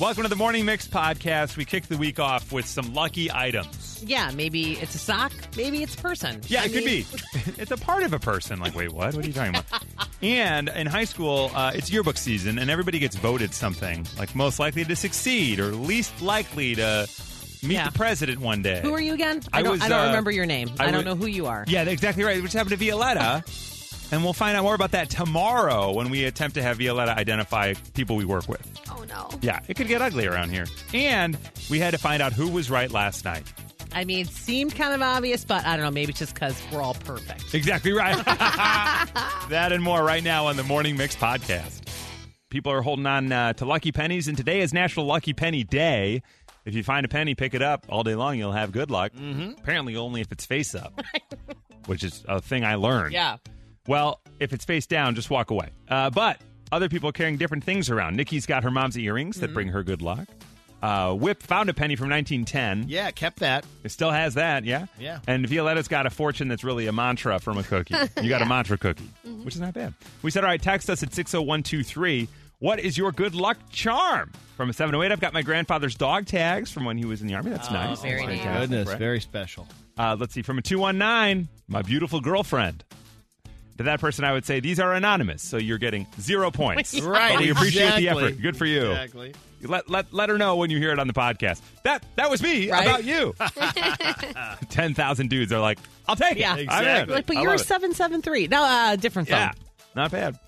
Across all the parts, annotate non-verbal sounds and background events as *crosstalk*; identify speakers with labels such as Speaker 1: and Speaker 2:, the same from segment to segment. Speaker 1: Welcome to the Morning Mix podcast. We kick the week off with some lucky items.
Speaker 2: Yeah, maybe it's a sock, maybe it's a person.
Speaker 1: Yeah,
Speaker 2: I
Speaker 1: it could
Speaker 2: mean, *laughs*
Speaker 1: be. it's a part of a person. Like, wait, what? What are you talking about? and in high school, uh, it's yearbook season, and everybody gets voted something like most likely to succeed or least likely to meet
Speaker 2: Yeah.
Speaker 1: the president one day.
Speaker 2: Who are you again?
Speaker 1: I
Speaker 2: I, don't,
Speaker 1: was,
Speaker 2: I don't
Speaker 1: uh,
Speaker 2: remember your name.
Speaker 1: I
Speaker 2: I, don't
Speaker 1: was-
Speaker 2: know who you are.
Speaker 1: Yeah, exactly right. Which happened to
Speaker 2: *laughs*
Speaker 1: Violetta. and we'll find out more about that tomorrow when we attempt to have Violetta identify people we work with.
Speaker 3: Oh no.
Speaker 1: Yeah, it could get ugly around here. And we had to find out who was right last night.
Speaker 2: I mean, it seemed kind of obvious, but I don't know. Maybe it's just because we're all perfect.
Speaker 1: Exactly right. *laughs* that and more right now on the Morning Mix podcast. People are holding on uh, to lucky pennies, and today is National Lucky Penny Day. If you find a penny, pick it up all day long. You'll have good luck. Mm-hmm. Apparently, only if it's face up, which is a thing I learned.
Speaker 2: Yeah.
Speaker 1: Well, if it's face down, just walk away. Uh, but other people are carrying different things around. Nikki's got her mom's earrings that bring her good luck. Uh, Whip found a penny from 1910.
Speaker 4: Yeah, kept that.
Speaker 1: It still has that, yeah?
Speaker 4: Yeah.
Speaker 1: And Violetta's got a fortune that's really a mantra from a cookie. You got a mantra cookie, which is not bad. We said, all right, text us at 60123. What is your good luck charm? From a 708, I've got my grandfather's dog tags from when he was in the Army. That's nice.
Speaker 2: very
Speaker 1: That's
Speaker 2: neat.
Speaker 1: fantastic,
Speaker 4: Goodness,
Speaker 1: right?
Speaker 4: very special.
Speaker 1: Uh, let's see, from a 219, my beautiful girlfriend. To that person, I would say, these are anonymous, so you're getting zero points. But we appreciate the
Speaker 4: exactly.
Speaker 1: effort. Good for you.
Speaker 4: Exactly.
Speaker 1: Let, let, let her know when you hear it on the podcast. That that was me
Speaker 2: Right?
Speaker 1: about you. *laughs* 10,000 dudes are like, I'll take it.
Speaker 2: Yeah.
Speaker 1: I'm in.
Speaker 4: Exactly.
Speaker 2: Like, but
Speaker 1: I
Speaker 2: you're
Speaker 1: love it.
Speaker 2: 773. No, uh, different phone.
Speaker 1: Yeah, not bad.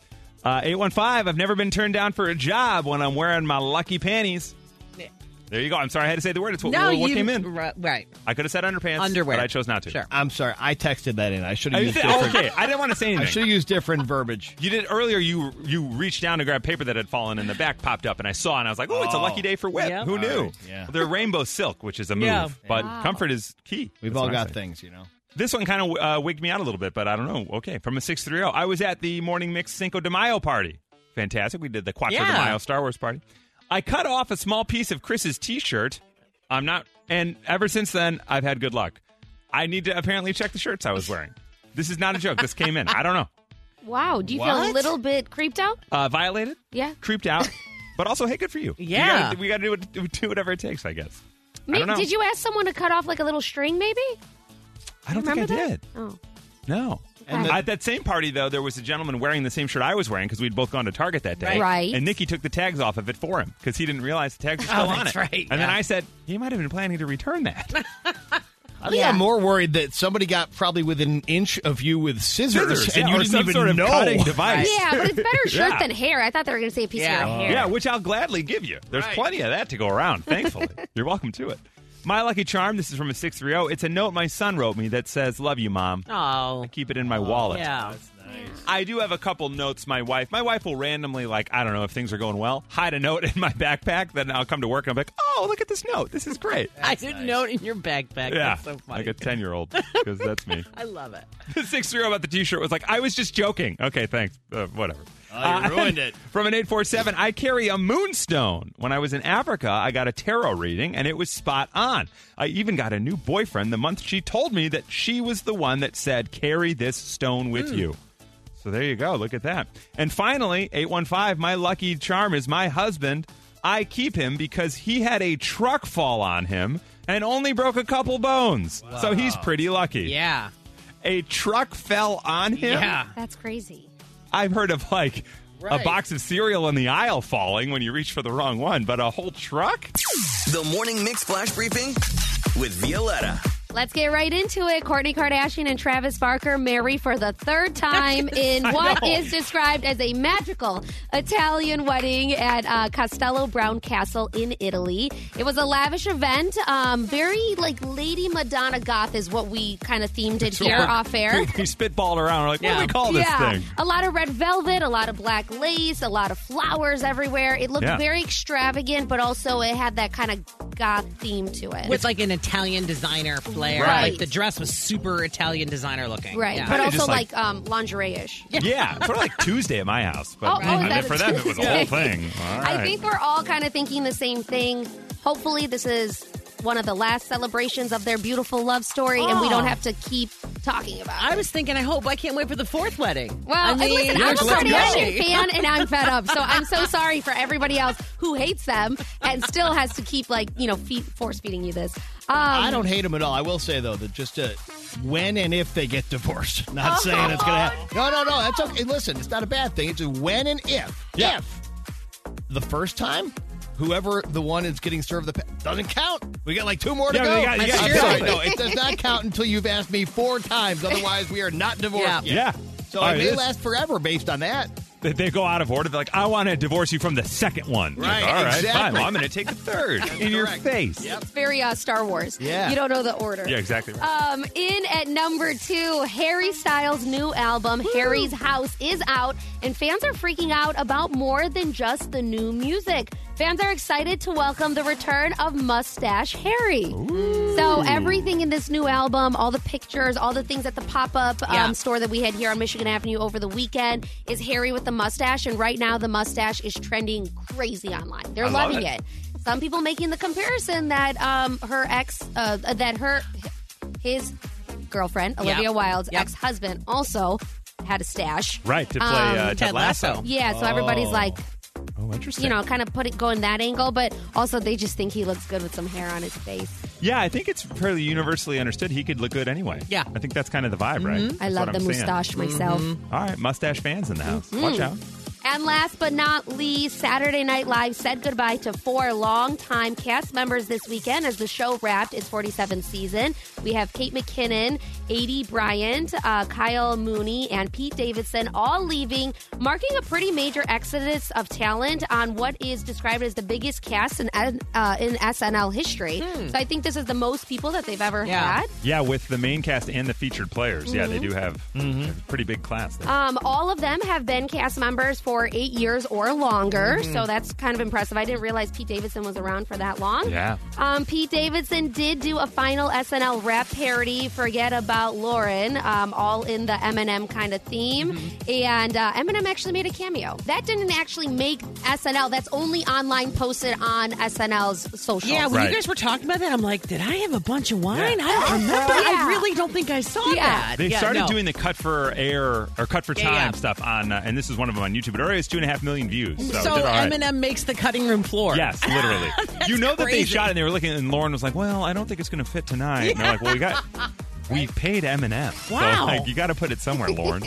Speaker 1: Uh, 815, I've never been turned down for a job when I'm wearing my lucky panties.
Speaker 2: Yeah.
Speaker 1: There you go. I'm sorry I had to say the word. It's what,
Speaker 2: No,
Speaker 1: what, what
Speaker 2: you
Speaker 1: came in.
Speaker 2: ri- Right.
Speaker 1: I could have said underpants,
Speaker 2: Underwear.
Speaker 1: but I chose not to.
Speaker 2: Sure.
Speaker 4: I'm sorry. I texted that in. I should
Speaker 1: I
Speaker 4: have used
Speaker 1: said- oh,
Speaker 4: different.
Speaker 1: okay, I didn't want to say
Speaker 4: I
Speaker 1: anything.
Speaker 4: should have used different verbiage.
Speaker 1: You did earlier. You you reached down to grab paper that had fallen, and the back popped up, and I saw, and I was like, "Oh, it's a
Speaker 4: Oh.
Speaker 1: lucky day for whip."
Speaker 2: Yeah.
Speaker 1: Who
Speaker 2: All
Speaker 1: knew?
Speaker 4: right, yeah.
Speaker 1: They're rainbow silk, which is a move,
Speaker 2: Yeah.
Speaker 1: but
Speaker 3: Wow.
Speaker 1: comfort is key.
Speaker 4: We've
Speaker 1: That's
Speaker 4: all
Speaker 1: what I'm
Speaker 4: got
Speaker 1: saying.
Speaker 4: things, you know.
Speaker 1: This one kind of uh, wigged me out a little bit, but I don't know. Okay, from a six three zero, I was at the morning mix Cinco de Mayo party. Fantastic. We did the Cuatro de
Speaker 2: Yeah.
Speaker 1: Mayo Star Wars party. I cut off a small piece of Chris's T-shirt. I'm not, and ever since then, I've had good luck. I need to apparently check the shirts I was wearing. This is not a joke. This came in. I don't know.
Speaker 3: Wow. Do you feel
Speaker 4: What?
Speaker 3: a little bit creeped out?
Speaker 1: Uh, violated?
Speaker 3: Yeah.
Speaker 1: Creeped
Speaker 3: *laughs*
Speaker 1: out. but also, hey, good for you.
Speaker 2: Yeah.
Speaker 1: We got to do, what- do, do whatever it takes, I guess. I
Speaker 3: Maybe,
Speaker 1: don't know.
Speaker 3: did you ask someone to cut off like a little string? Maybe.
Speaker 1: I don't think I
Speaker 3: Remember
Speaker 1: did.
Speaker 3: that? Oh.
Speaker 1: No.
Speaker 4: And the-
Speaker 1: At that same party, though, there was a gentleman wearing the same shirt I was wearing because we'd both gone to Target that day.
Speaker 3: Right. Right.
Speaker 1: And Nikki took the tags off of it for him because he didn't realize the tags were still
Speaker 2: Oh,
Speaker 1: on
Speaker 2: that's
Speaker 1: it.
Speaker 2: right,
Speaker 1: And then
Speaker 2: yeah.
Speaker 1: I said, he might have been planning to return that.
Speaker 4: I think
Speaker 3: Yeah.
Speaker 4: I'm more worried that somebody got probably within an inch of you with scissors,
Speaker 1: Scissors, yeah,
Speaker 4: and you
Speaker 1: or
Speaker 4: didn't
Speaker 1: some
Speaker 4: even
Speaker 1: sort of
Speaker 4: know. *laughs*
Speaker 1: cutting device.
Speaker 3: Yeah, but
Speaker 1: *laughs*
Speaker 3: it's better shirt
Speaker 1: Yeah.
Speaker 3: than hair. I thought they were going to say a piece
Speaker 2: Yeah.
Speaker 3: of your hair.
Speaker 1: Yeah, which I'll gladly give you. There's
Speaker 4: Right.
Speaker 1: plenty of that to go around, thankfully. You're welcome to it. My lucky charm, this is from a 630. It's a note my son wrote me that says, Love you, Mom.
Speaker 2: Oh.
Speaker 1: I keep it in my wallet.
Speaker 2: Yeah.
Speaker 1: I do have a couple notes. My wife, my wife will randomly, like, I don't know if things are going well, hide a note in my backpack. Then I'll come to work and I'm like, oh, look at this note. This is great.
Speaker 2: I didn't know it in your
Speaker 1: yeah,
Speaker 2: backpack. *laughs* That's so funny.
Speaker 1: like a ten year old because that's me.
Speaker 2: I love it.
Speaker 1: The six year old about the t shirt was like, I was just joking. Okay, thanks. Uh, whatever.
Speaker 4: Oh, you ruined it.
Speaker 1: *laughs* From an eight four seven, I carry a moonstone. When I was in Africa, I got a tarot reading and it was spot on. I even got a new boyfriend the month she told me that she was the one that said, "Carry this stone with
Speaker 4: Hmm.
Speaker 1: you." So there you go. Look at that. And finally, 815, my lucky charm is my husband. I keep him because he had a truck fall on him and only broke a couple bones. So he's pretty lucky.
Speaker 2: Yeah.
Speaker 1: A truck fell on him.
Speaker 2: Yeah.
Speaker 3: That's crazy.
Speaker 1: I've heard of like a
Speaker 2: Right.
Speaker 1: box of cereal in the aisle falling when you reach for the wrong one, but a whole truck?
Speaker 5: The Morning Mix Flash Briefing with Violetta.
Speaker 3: Let's get right into it. Courtney Kardashian and Travis Barker marry for
Speaker 1: *laughs*
Speaker 3: the third time in what
Speaker 1: know.
Speaker 3: is described as a magical Italian wedding at uh, Castello Brown Castle in Italy. It was a lavish event. Um, very like Lady Madonna goth is what we kind of themed it here
Speaker 1: what- *laughs*
Speaker 3: off air.
Speaker 1: We spitballed around. We're like, what do
Speaker 2: Yeah.
Speaker 1: we call this
Speaker 3: yeah, *laughs*
Speaker 1: thing?
Speaker 3: a lot of red velvet, a lot of black lace, a lot of flowers everywhere. It looked
Speaker 1: Yeah.
Speaker 3: very extravagant, but also it had that kind of goth theme to it.
Speaker 2: With like an Italian designer flair.
Speaker 1: Right.
Speaker 2: Like the dress was super Italian designer looking.
Speaker 3: right,
Speaker 2: Yeah.
Speaker 3: but
Speaker 1: Kinda
Speaker 3: also
Speaker 1: just like-
Speaker 3: like, um, lingerie-ish.
Speaker 1: Yeah, sort of like Tuesday at my house. But
Speaker 3: Oh, oh,
Speaker 1: I mean,
Speaker 3: is that
Speaker 1: for
Speaker 3: a
Speaker 1: them, it was a whole
Speaker 3: Tuesday?
Speaker 1: thing. All right.
Speaker 3: *laughs* I think we're all kind of thinking the same thing.
Speaker 2: Ah.
Speaker 3: Hopefully, this is one of the last celebrations of their beautiful love story, and we don't have to keep talking about.
Speaker 2: I was thinking, I hope I can't wait for the fourth wedding.
Speaker 3: Well,
Speaker 2: I
Speaker 3: and
Speaker 2: mean,
Speaker 3: listen,
Speaker 4: you're
Speaker 3: I'm a
Speaker 4: let's
Speaker 3: Kardashian
Speaker 4: go.
Speaker 3: fan, and I'm fed up. So I'm so sorry for everybody else who hates them and still has to keep like you know feed, force feeding you this. Um,
Speaker 4: I don't hate them at all. I will say though that just uh, when and if they get divorced, *laughs*
Speaker 1: Oh,
Speaker 4: not saying it's gonna happen. No, no, no. That's okay. Listen, it's not a bad thing. It's just when and if.
Speaker 1: Yeah.
Speaker 4: If the first time, whoever the one is getting served the pa- doesn't count. We got like two more to
Speaker 1: Yeah,
Speaker 4: go.
Speaker 1: we got- you
Speaker 4: I'm
Speaker 1: got-
Speaker 4: sorry.
Speaker 1: you got-
Speaker 4: no, it does not count until you've asked me four times. Otherwise, we are not divorced.
Speaker 2: Yeah.
Speaker 4: yet.
Speaker 1: Yeah.
Speaker 4: So
Speaker 1: All
Speaker 4: it
Speaker 1: right,
Speaker 4: may
Speaker 1: this-
Speaker 4: last forever based on that.
Speaker 1: They, they go out of order. They're like, I want to divorce you from the second one. You're like,
Speaker 4: Right,
Speaker 1: All right, fine.
Speaker 4: exactly.
Speaker 1: Well, I'm going to take the third in your
Speaker 4: correct.
Speaker 1: face.
Speaker 4: Yep.
Speaker 3: It's very uh, Star Wars.
Speaker 4: Yeah.
Speaker 3: you don't know the order.
Speaker 1: Yeah, exactly. Right.
Speaker 3: Um, in at number two, Harry Styles' new album, Harry's House, is out, and fans are freaking out about more than just the new music. Fans are excited to welcome the return of Mustache Harry. So, everything in this new album, all the pictures, all the things at the pop up
Speaker 2: Yeah.
Speaker 3: um, store that we had here on Michigan Avenue over the weekend is Harry with the mustache, and right now the mustache is trending crazy online. They're
Speaker 1: I love
Speaker 3: loving
Speaker 1: it.
Speaker 3: it. Some people making the comparison that um, her ex, uh, that her his girlfriend, Olivia Wilde's
Speaker 2: Yep.
Speaker 3: ex husband, also had a stash.
Speaker 1: right, to play
Speaker 3: um,
Speaker 1: uh, Ted,
Speaker 2: Ted
Speaker 1: Lasso.
Speaker 2: Lasso.
Speaker 3: Yeah, so everybody's like,
Speaker 1: Oh, interesting.
Speaker 3: you know, kind of put it going that angle, but also they just think he looks good with some hair on his face.
Speaker 1: yeah, I think it's fairly universally understood. He could look good anyway.
Speaker 2: Yeah.
Speaker 1: I think that's kind of the vibe, right?
Speaker 3: Mm-hmm. I
Speaker 1: That's
Speaker 3: love
Speaker 1: what
Speaker 3: the
Speaker 1: I'm seeing.
Speaker 3: mustache myself.
Speaker 2: Mm-hmm.
Speaker 1: All right, mustache fans in the house. Watch out.
Speaker 3: And last but not least, Saturday Night Live said goodbye to four longtime cast members this weekend as the show wrapped its 47th season. We have Kate McKinnon, A.D. Bryant, uh, Kyle Mooney, and Pete Davidson all leaving, marking a pretty major exodus of talent on what is described as the biggest cast in, uh, in SNL history. So I think this is the most people that they've ever
Speaker 2: Yeah.
Speaker 3: had.
Speaker 1: Yeah, with the main cast and the featured players. Yeah,
Speaker 2: Mm-hmm.
Speaker 1: they do have a pretty big class
Speaker 2: Uh,
Speaker 1: there.
Speaker 3: Um, all of them have been cast members for eight years or longer,
Speaker 1: Mm-hmm.
Speaker 3: so that's kind of impressive. I didn't realize Pete Davidson was around for that long.
Speaker 1: Yeah.
Speaker 3: Um, Pete Davidson did do a final SNL rap parody, "Forget About Lauren," um, all in the Eminem kind of theme,
Speaker 1: Mm-hmm.
Speaker 3: and uh, Eminem actually made a cameo. That didn't actually make SNL. That's only online posted on SNL's social.
Speaker 2: yeah, when
Speaker 1: Right.
Speaker 2: you guys were talking about that, I'm like, did I have a bunch of wine?
Speaker 1: Yeah.
Speaker 2: I
Speaker 3: *laughs*
Speaker 2: don't remember.
Speaker 3: Yeah.
Speaker 2: I really don't think I saw
Speaker 3: Yeah.
Speaker 2: that.
Speaker 1: They
Speaker 2: Yeah,
Speaker 1: started
Speaker 2: no.
Speaker 1: doing the cut for air or cut for
Speaker 2: Yeah,
Speaker 1: time
Speaker 2: yeah.
Speaker 1: stuff on, uh, and this is one of them on YouTube. It already has two and a half million views. So, it
Speaker 2: So
Speaker 1: did all right.
Speaker 2: Eminem makes the cutting room floor.
Speaker 1: Yes,
Speaker 2: *laughs*
Speaker 1: literally. you know that they
Speaker 2: crazy.
Speaker 1: shot it and they were looking, and Lauren was like, "Well, I don't think it's going to fit tonight." And they're like, "Well, we got."
Speaker 2: *laughs*
Speaker 1: We paid Eminem. So,
Speaker 2: Wow.
Speaker 1: like, you got to put it somewhere, Lauren.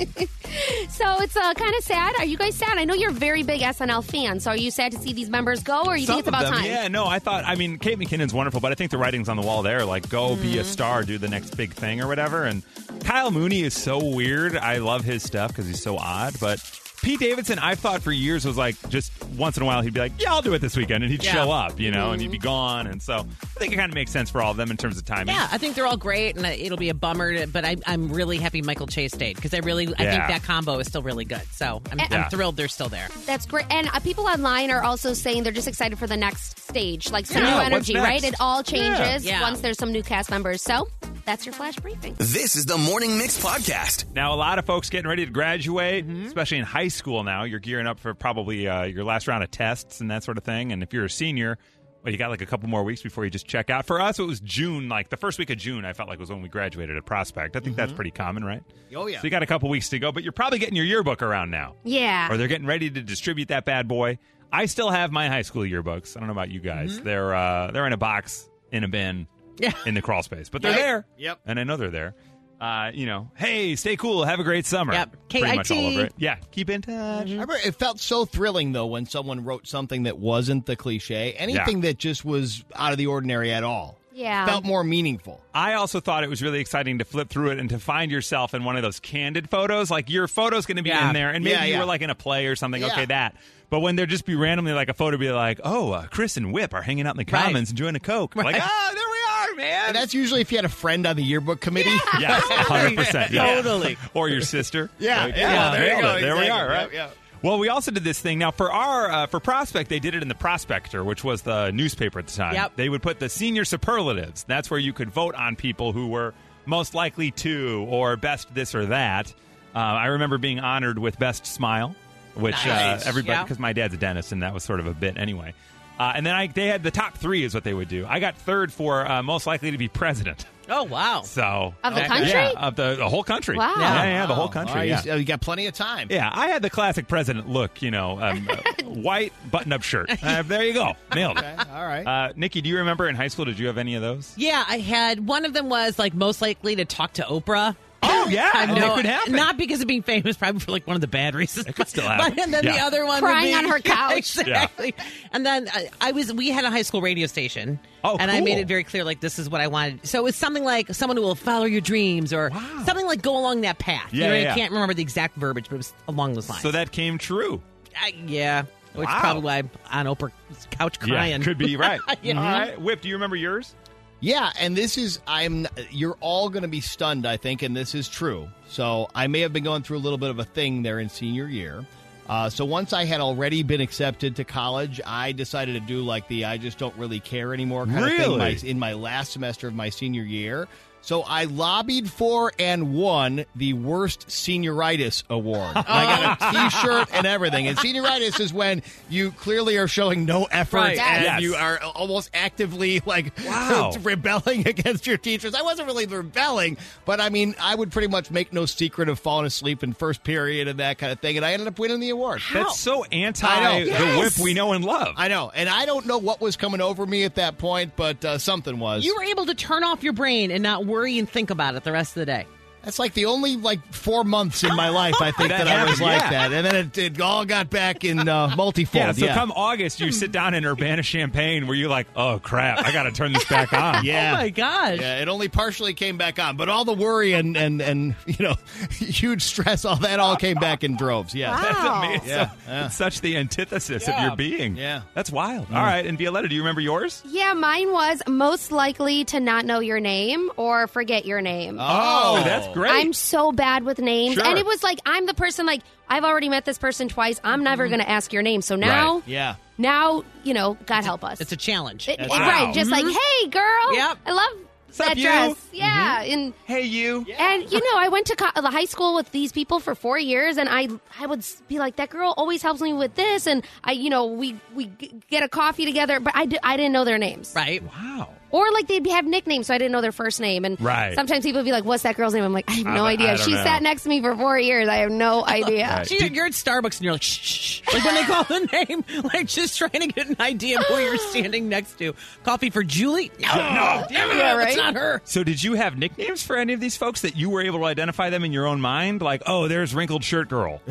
Speaker 3: So it's uh, kind of sad. Are you guys sad? I know you're very big SNL fans. So are you sad to see these members go, or you
Speaker 1: Some
Speaker 3: think it's about
Speaker 1: of them,
Speaker 3: time?
Speaker 1: Yeah, no, I thought, I mean, Kate McKinnon's wonderful, but I think the writing's on the wall there. Like, go be a
Speaker 3: Mm.
Speaker 1: star, do the next big thing or whatever. And Kyle Mooney is so weird. I love his stuff because he's so odd. But Pete Davidson, I've thought for years, was like, just once in a while, he'd be like, yeah, I'll do it this weekend. And he'd
Speaker 2: Yeah.
Speaker 1: show up, you know, and
Speaker 3: Mm-hmm.
Speaker 1: he'd be gone. And so I think it kind of makes sense for all of them in terms of timing.
Speaker 2: Yeah, I think they're all great, and it'll be a bummer. To, but I, I'm really happy Michael Chase stayed because I really, I
Speaker 1: Yeah.
Speaker 2: think that combo is still really good. So I'm,
Speaker 1: Yeah.
Speaker 2: I'm thrilled they're still there.
Speaker 3: That's great. And uh, people online are also saying they're just excited for the next stage, like some
Speaker 1: Yeah,
Speaker 3: new
Speaker 1: what's
Speaker 3: energy,
Speaker 1: next?
Speaker 3: right? It all changes
Speaker 2: Yeah. Yeah.
Speaker 3: once there's some new cast members. So that's your flash briefing.
Speaker 5: This is the Morning Mix Podcast.
Speaker 1: Now, a lot of folks getting ready to graduate,
Speaker 4: Mm-hmm.
Speaker 1: especially in high school now. You're gearing up for probably uh, your last round of tests and that sort of thing. And if you're a senior, well, you got like a couple more weeks before you just check out. For us, it was June, like the first week of June, I felt like was when we graduated at Prospect. I think that's pretty common, right?
Speaker 4: Mm-hmm. Oh, yeah.
Speaker 1: So you got a couple weeks to go, but you're probably getting your yearbook around now.
Speaker 3: Yeah.
Speaker 1: Or they're getting ready to distribute that bad boy. I still have my high school yearbooks. I don't know about you guys.
Speaker 4: Mm-hmm.
Speaker 1: They're uh, they're in a box in a bin
Speaker 2: Yeah.
Speaker 1: in the crawl space, but they're
Speaker 4: Yep.
Speaker 1: there.
Speaker 4: Yep.
Speaker 1: And I know they're there. Uh, you know, hey, stay cool, have a great summer.
Speaker 2: Yep.
Speaker 1: Pretty much all
Speaker 2: KIT.
Speaker 1: over it. Yeah, keep in touch.
Speaker 4: I remember it felt so thrilling though when someone wrote something that wasn't the cliche, anything that just was out of the ordinary at all.
Speaker 3: Yeah.
Speaker 4: felt more meaningful.
Speaker 1: I also thought it was really exciting to flip through it and to find yourself in one of those candid photos. Like your photo's going to be
Speaker 2: Yeah.
Speaker 1: in there, and maybe
Speaker 4: Yeah,
Speaker 1: you
Speaker 4: yeah.
Speaker 1: were like in a play or something.
Speaker 4: Yeah.
Speaker 1: Okay, that. But when there just be randomly like a photo, be like, oh, uh, Chris and Whip are hanging out in the
Speaker 2: Right.
Speaker 1: commons enjoying a coke. Like,
Speaker 2: Right.
Speaker 1: oh, there we are, man.
Speaker 4: And that's usually if you had a friend on the yearbook committee. *laughs*
Speaker 1: Yes, hundred percent.
Speaker 2: Totally.
Speaker 1: Or your sister.
Speaker 4: Yeah,
Speaker 1: Like,
Speaker 4: yeah, there you
Speaker 1: nailed
Speaker 4: go,
Speaker 1: it. There we
Speaker 4: exactly.
Speaker 1: are. Right.
Speaker 4: Yep, yep.
Speaker 1: Well, we also did this thing now for our uh, for prospect. They did it in the Prospector, which was the newspaper at the time.
Speaker 2: Yep.
Speaker 1: They would put the senior superlatives. That's where you could vote on people who were most likely to or best this or that. Uh, I remember being honored with best smile, which
Speaker 2: Nice.
Speaker 1: uh, everybody
Speaker 2: Yeah.
Speaker 1: because my dad's a dentist and that was sort of a bit anyway. Uh, and then I, they had the top three is what they would do. I got third for uh, most likely to be president. *laughs*
Speaker 2: Oh, wow.
Speaker 1: So
Speaker 3: Of the
Speaker 1: Yeah,
Speaker 3: country?
Speaker 1: of the, the whole country.
Speaker 3: Wow.
Speaker 1: Yeah, yeah, the
Speaker 4: Wow.
Speaker 1: whole
Speaker 4: All right,
Speaker 1: country.
Speaker 4: you
Speaker 1: Yeah.
Speaker 4: s- oh, You, got plenty of time.
Speaker 1: Yeah, I had the classic president look, you know, um, uh, white button-up shirt. Uh, there you go, nailed it.
Speaker 4: All right.
Speaker 1: Uh, Nikki, do you remember in high school? Did you have any of those?
Speaker 2: Yeah, I had one of them was like most likely to talk to Oprah.
Speaker 1: Oh yeah,
Speaker 2: I know,
Speaker 1: it could happen.
Speaker 2: Not because of being famous, probably for like one of the bad reasons. It
Speaker 1: could still happen.
Speaker 2: But, and then the
Speaker 1: Yeah.
Speaker 2: other one,
Speaker 3: Crying
Speaker 2: would be- *laughs*
Speaker 3: on her couch.
Speaker 2: exactly. And then I, I was, we had a high school radio station.
Speaker 1: Oh,
Speaker 2: and I
Speaker 1: cool.
Speaker 2: made it very clear, like this is what I wanted. So it was something like someone who will follow your dreams, or something like go along that path.
Speaker 1: Yeah,
Speaker 2: you know,
Speaker 1: yeah, yeah.
Speaker 2: I can't remember the exact verbiage, but it was along those lines.
Speaker 1: so that came true.
Speaker 2: I, yeah, which
Speaker 1: Wow.
Speaker 2: is probably why I'm on Oprah's couch crying.
Speaker 1: Yeah, could
Speaker 2: *laughs*
Speaker 1: be right.
Speaker 2: Yeah.
Speaker 1: All right, Whip. Do you remember yours?
Speaker 4: Yeah, and this is I'm you're all going to be stunned, I think, and this is true. So I may have been going through a little bit of a thing there in senior year. Uh, so once I had already been accepted to college, I decided to do like the I just don't really care anymore kind of
Speaker 1: Really?
Speaker 4: thing my, in my last semester of my senior year. So I lobbied for and won the worst senioritis
Speaker 1: *laughs*
Speaker 4: award. And I got a T-shirt and everything. And senioritis is when you clearly are showing no effort
Speaker 2: Right.
Speaker 4: and
Speaker 1: Yes.
Speaker 4: you are almost actively like *laughs*
Speaker 1: Wow.
Speaker 4: rebelling against your teachers. I wasn't really rebelling, but I mean, I would pretty much make no secret of falling asleep in first period and that kind of thing. And I ended up winning the award.
Speaker 1: That's so anti
Speaker 4: I know.
Speaker 1: the
Speaker 4: Yes.
Speaker 1: Whip we know and love.
Speaker 4: I know. And I don't know what was coming over me at that point, but uh, something was.
Speaker 2: You were able to turn off your brain and not worry and think about it the rest of the day.
Speaker 4: That's like the only like four months in my life
Speaker 1: *laughs*
Speaker 4: I think
Speaker 1: That
Speaker 4: that, I was
Speaker 1: happened,
Speaker 4: like
Speaker 1: yeah.
Speaker 4: that, and then it, it all got back
Speaker 1: *laughs*
Speaker 4: in uh, multifold.
Speaker 1: yeah, so come August, you sit down in Urbana, Champaign, where you're like, oh crap, I got to turn this back on.
Speaker 4: *laughs* yeah.
Speaker 2: Oh my gosh.
Speaker 4: Yeah, it only partially came back on, but all the worry and and and *laughs* you know, huge stress, all that all came back in droves. Yeah.
Speaker 1: That's amazing.
Speaker 4: Yeah,
Speaker 1: It's such the antithesis of
Speaker 2: Yeah.
Speaker 1: your being.
Speaker 4: Yeah. Mm.
Speaker 1: That's wild. All right. And Violetta, do you remember yours?
Speaker 3: Yeah, mine was most likely to not know your name or forget your name.
Speaker 1: Oh, that's great.
Speaker 3: I'm so bad with names.
Speaker 1: Sure.
Speaker 3: And it was like I'm the person like I've already met this person twice. I'm never going to ask your name. So now
Speaker 1: Mm-hmm. Right.
Speaker 4: Yeah.
Speaker 3: now, you know, God help us.
Speaker 2: It's a challenge.
Speaker 3: It- it-
Speaker 1: Wow.
Speaker 3: right, just like, "Hey girl,
Speaker 2: Yep.
Speaker 3: I love
Speaker 1: up,
Speaker 3: that
Speaker 1: you?" Mm-hmm.
Speaker 3: dress." Yeah, and
Speaker 1: hey, you.
Speaker 3: and you know, I went to co- the high school with these people for four years, and I I would s- be like, that girl always helps me with this, and I you know we we g- get a coffee together, but I d- I didn't know their names,
Speaker 2: right?
Speaker 1: Wow.
Speaker 3: or like they'd have nicknames, so I didn't know their first name, and
Speaker 1: Right.
Speaker 3: sometimes people would be like, what's that girl's name? I'm like, I have no
Speaker 1: I- I
Speaker 3: idea.
Speaker 1: don't
Speaker 3: she
Speaker 1: know.
Speaker 3: sat next to me for four years. I have no idea.
Speaker 1: *laughs* Right.
Speaker 2: She, you're at Starbucks and you're like, shh, shh, shh. Like when they call the name, *laughs* like just trying to get an idea of who
Speaker 1: *gasps*
Speaker 2: you're standing next to. Coffee for Julie? No, no, damn it,
Speaker 3: Yeah, right?
Speaker 2: it's not her.
Speaker 1: So, did you have nicknames for any of these folks that you were able to identify them in your own mind? Like, oh, there's wrinkled shirt
Speaker 3: *laughs*
Speaker 1: girl.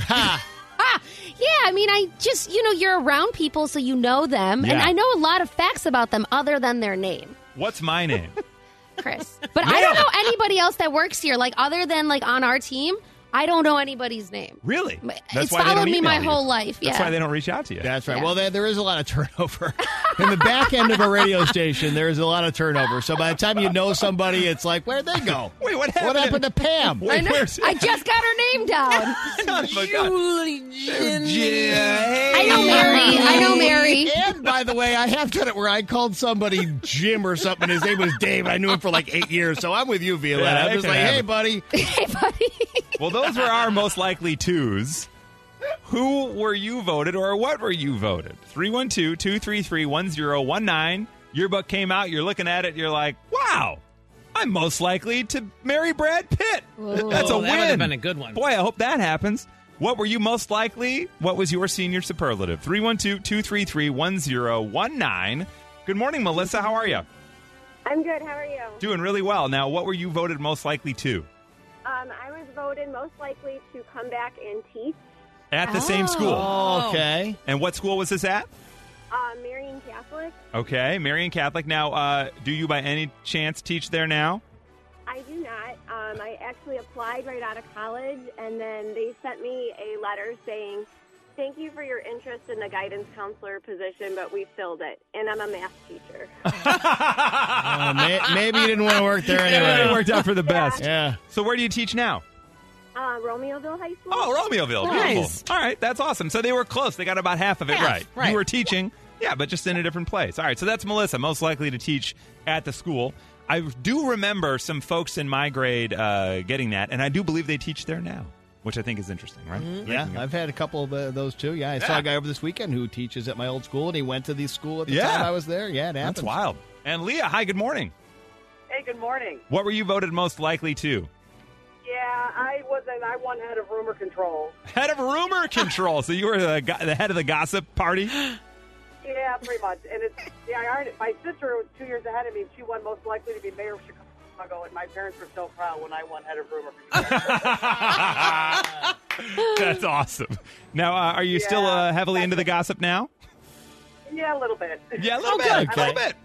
Speaker 3: Yeah, I mean, I just you know you're around people, so you know them, and
Speaker 1: Yeah.
Speaker 3: I know a lot of facts about them other than their name.
Speaker 1: What's my name?
Speaker 3: Chris. But I don't know anybody else that works here, like other than like on our team. I don't know anybody's name.
Speaker 1: Really?
Speaker 3: it's followed me
Speaker 1: email
Speaker 3: my
Speaker 1: you.
Speaker 3: whole life. Yeah.
Speaker 1: That's why they don't reach out to you.
Speaker 4: That's right.
Speaker 3: Yeah.
Speaker 4: Well, there, there is a lot of *laughs* turnover in the back end of a radio station. There is a lot of turnover. So by the time you know somebody, it's like, where'd they go?
Speaker 1: *laughs* Wait, what happened?
Speaker 4: What happened to Pam?
Speaker 3: I,
Speaker 1: Wait,
Speaker 3: know.
Speaker 1: *laughs* where's-
Speaker 3: I just got her name down.
Speaker 1: *laughs* Oh, my God.
Speaker 2: Julie
Speaker 3: I know Mary. I know Mary.
Speaker 4: And by the way, I have done it where I called somebody Jim or something. His name was Dave. I knew him for like eight years. So I'm with you, Violetta.
Speaker 1: Yeah,
Speaker 4: I'm
Speaker 1: it
Speaker 4: just
Speaker 1: can
Speaker 4: like, hey,
Speaker 1: happen.
Speaker 4: buddy.
Speaker 1: Well, those were our most likely twos. Who were you voted or what were you voted? 312 233 1019. Your book came out, you're looking at it, you're like, wow, I'm most likely to marry Brad Pitt. That's a
Speaker 2: Oh, that
Speaker 1: win.
Speaker 2: would've been a good one.
Speaker 1: Boy, I hope that happens. What were you most likely? What was your senior superlative? 312 233 1019. Good morning, Melissa. How are you?
Speaker 6: I'm good. How are you?
Speaker 1: Doing really well. Now, what were you voted most likely to?
Speaker 6: Um, I was voted most likely to come back and teach
Speaker 1: At the same
Speaker 3: Oh.
Speaker 1: school.
Speaker 4: Okay.
Speaker 1: And what school was this at?
Speaker 6: uh, Marian Catholic.
Speaker 1: Okay, Marian Catholic. Now, uh, do you by any chance teach there now?
Speaker 6: I do not. Um, I actually applied right out of college, and then they sent me a letter saying, "Thank you for your interest in the guidance counselor position, but we filled it." And I'm a math teacher.
Speaker 4: Uh, may- maybe you didn't want to work there
Speaker 1: It
Speaker 4: anyway.
Speaker 1: worked out for the best.
Speaker 4: Yeah.
Speaker 1: So, where do you teach now?
Speaker 6: Uh, Romeoville High School.
Speaker 1: Oh, Romeoville.
Speaker 2: Nice.
Speaker 1: Beautiful. All right, that's awesome. So they were close. They got about half of it
Speaker 2: Half,
Speaker 1: right.
Speaker 2: right.
Speaker 1: You were teaching, yeah, but just in a different place. All right, so that's Melissa, most likely to teach at the school. I do remember some folks in my grade uh, getting that, and I do believe they teach there now, which I think is interesting, right?
Speaker 4: Yeah, I've had a couple of uh, those too. Yeah, I saw
Speaker 1: Yeah.
Speaker 4: a guy over this weekend who teaches at my old school, and he went to the school at the
Speaker 1: Yeah.
Speaker 4: time I was there. Yeah, it
Speaker 1: That's
Speaker 4: happens.
Speaker 1: wild. And Leah, hi, good morning.
Speaker 7: Hey, good morning.
Speaker 1: What were you voted most likely to?
Speaker 7: Yeah, I was an I won head of rumor control.
Speaker 1: Head of rumor control. So you were the, go- the head of the gossip party.
Speaker 7: Yeah, pretty much. And it's yeah, I earned it. My sister was two years ahead of me. She won most likely to be mayor of Chicago, and my parents were so proud when I won head of rumor
Speaker 1: *laughs*
Speaker 7: control.
Speaker 1: That's awesome. Now, uh, are you still
Speaker 7: Yeah.
Speaker 1: uh, heavily into the gossip now?
Speaker 7: yeah, a little bit.
Speaker 1: Yeah, a little
Speaker 7: bit.
Speaker 1: bit. A little bit.
Speaker 7: *laughs*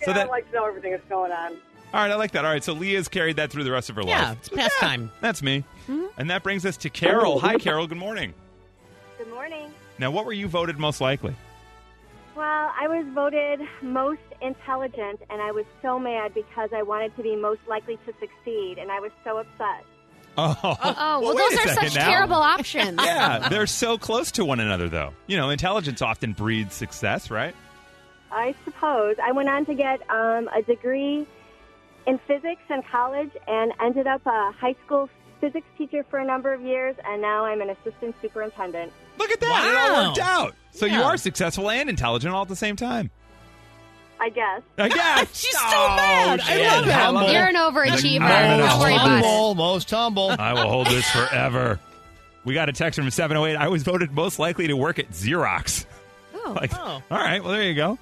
Speaker 7: Yeah,
Speaker 1: So that,
Speaker 7: I
Speaker 1: all
Speaker 7: like to know everything that's going on.
Speaker 1: right, I like that. All right, so Leah's carried that through the rest of her
Speaker 2: Yeah,
Speaker 1: life.
Speaker 2: it's pastime.
Speaker 1: That's me. And that brings us to Carol. Hi, Carol. Good morning.
Speaker 6: Good morning.
Speaker 1: Now, what were you voted most likely?
Speaker 6: Well, I was voted most intelligent, and I was so mad because I wanted to be most likely to succeed, and I was so upset.
Speaker 1: *laughs* Oh,
Speaker 3: Oh, well,
Speaker 1: wait
Speaker 3: those
Speaker 1: a
Speaker 3: are
Speaker 1: second
Speaker 3: such
Speaker 1: now.
Speaker 3: terrible options.
Speaker 1: *laughs* Yeah, they're so close to one another, though. You know, intelligence often breeds success, right?
Speaker 6: I suppose. I went on to get um, a degree in physics in college and ended up a high school physics teacher for a number of years, and now I'm an assistant superintendent.
Speaker 1: Look at that. It all
Speaker 2: Wow.
Speaker 1: worked out. So you
Speaker 2: Yeah.
Speaker 1: are successful and intelligent all at the same time.
Speaker 6: I
Speaker 1: *laughs*
Speaker 6: guess.
Speaker 1: I guess.
Speaker 2: She's so
Speaker 3: Oh,
Speaker 2: mad. I
Speaker 1: shit.
Speaker 2: love that.
Speaker 4: Humble.
Speaker 3: You're an overachiever.
Speaker 1: Iron
Speaker 3: Don't
Speaker 1: Mouse.
Speaker 3: worry about it.
Speaker 4: humble, most humble.
Speaker 1: I will hold
Speaker 3: *laughs*
Speaker 1: this forever. We got a text from 708. I was voted most likely to work at Xerox. *laughs*
Speaker 3: Oh.
Speaker 1: Like,
Speaker 2: Oh.
Speaker 1: all right, well, there you
Speaker 3: *laughs*
Speaker 1: go.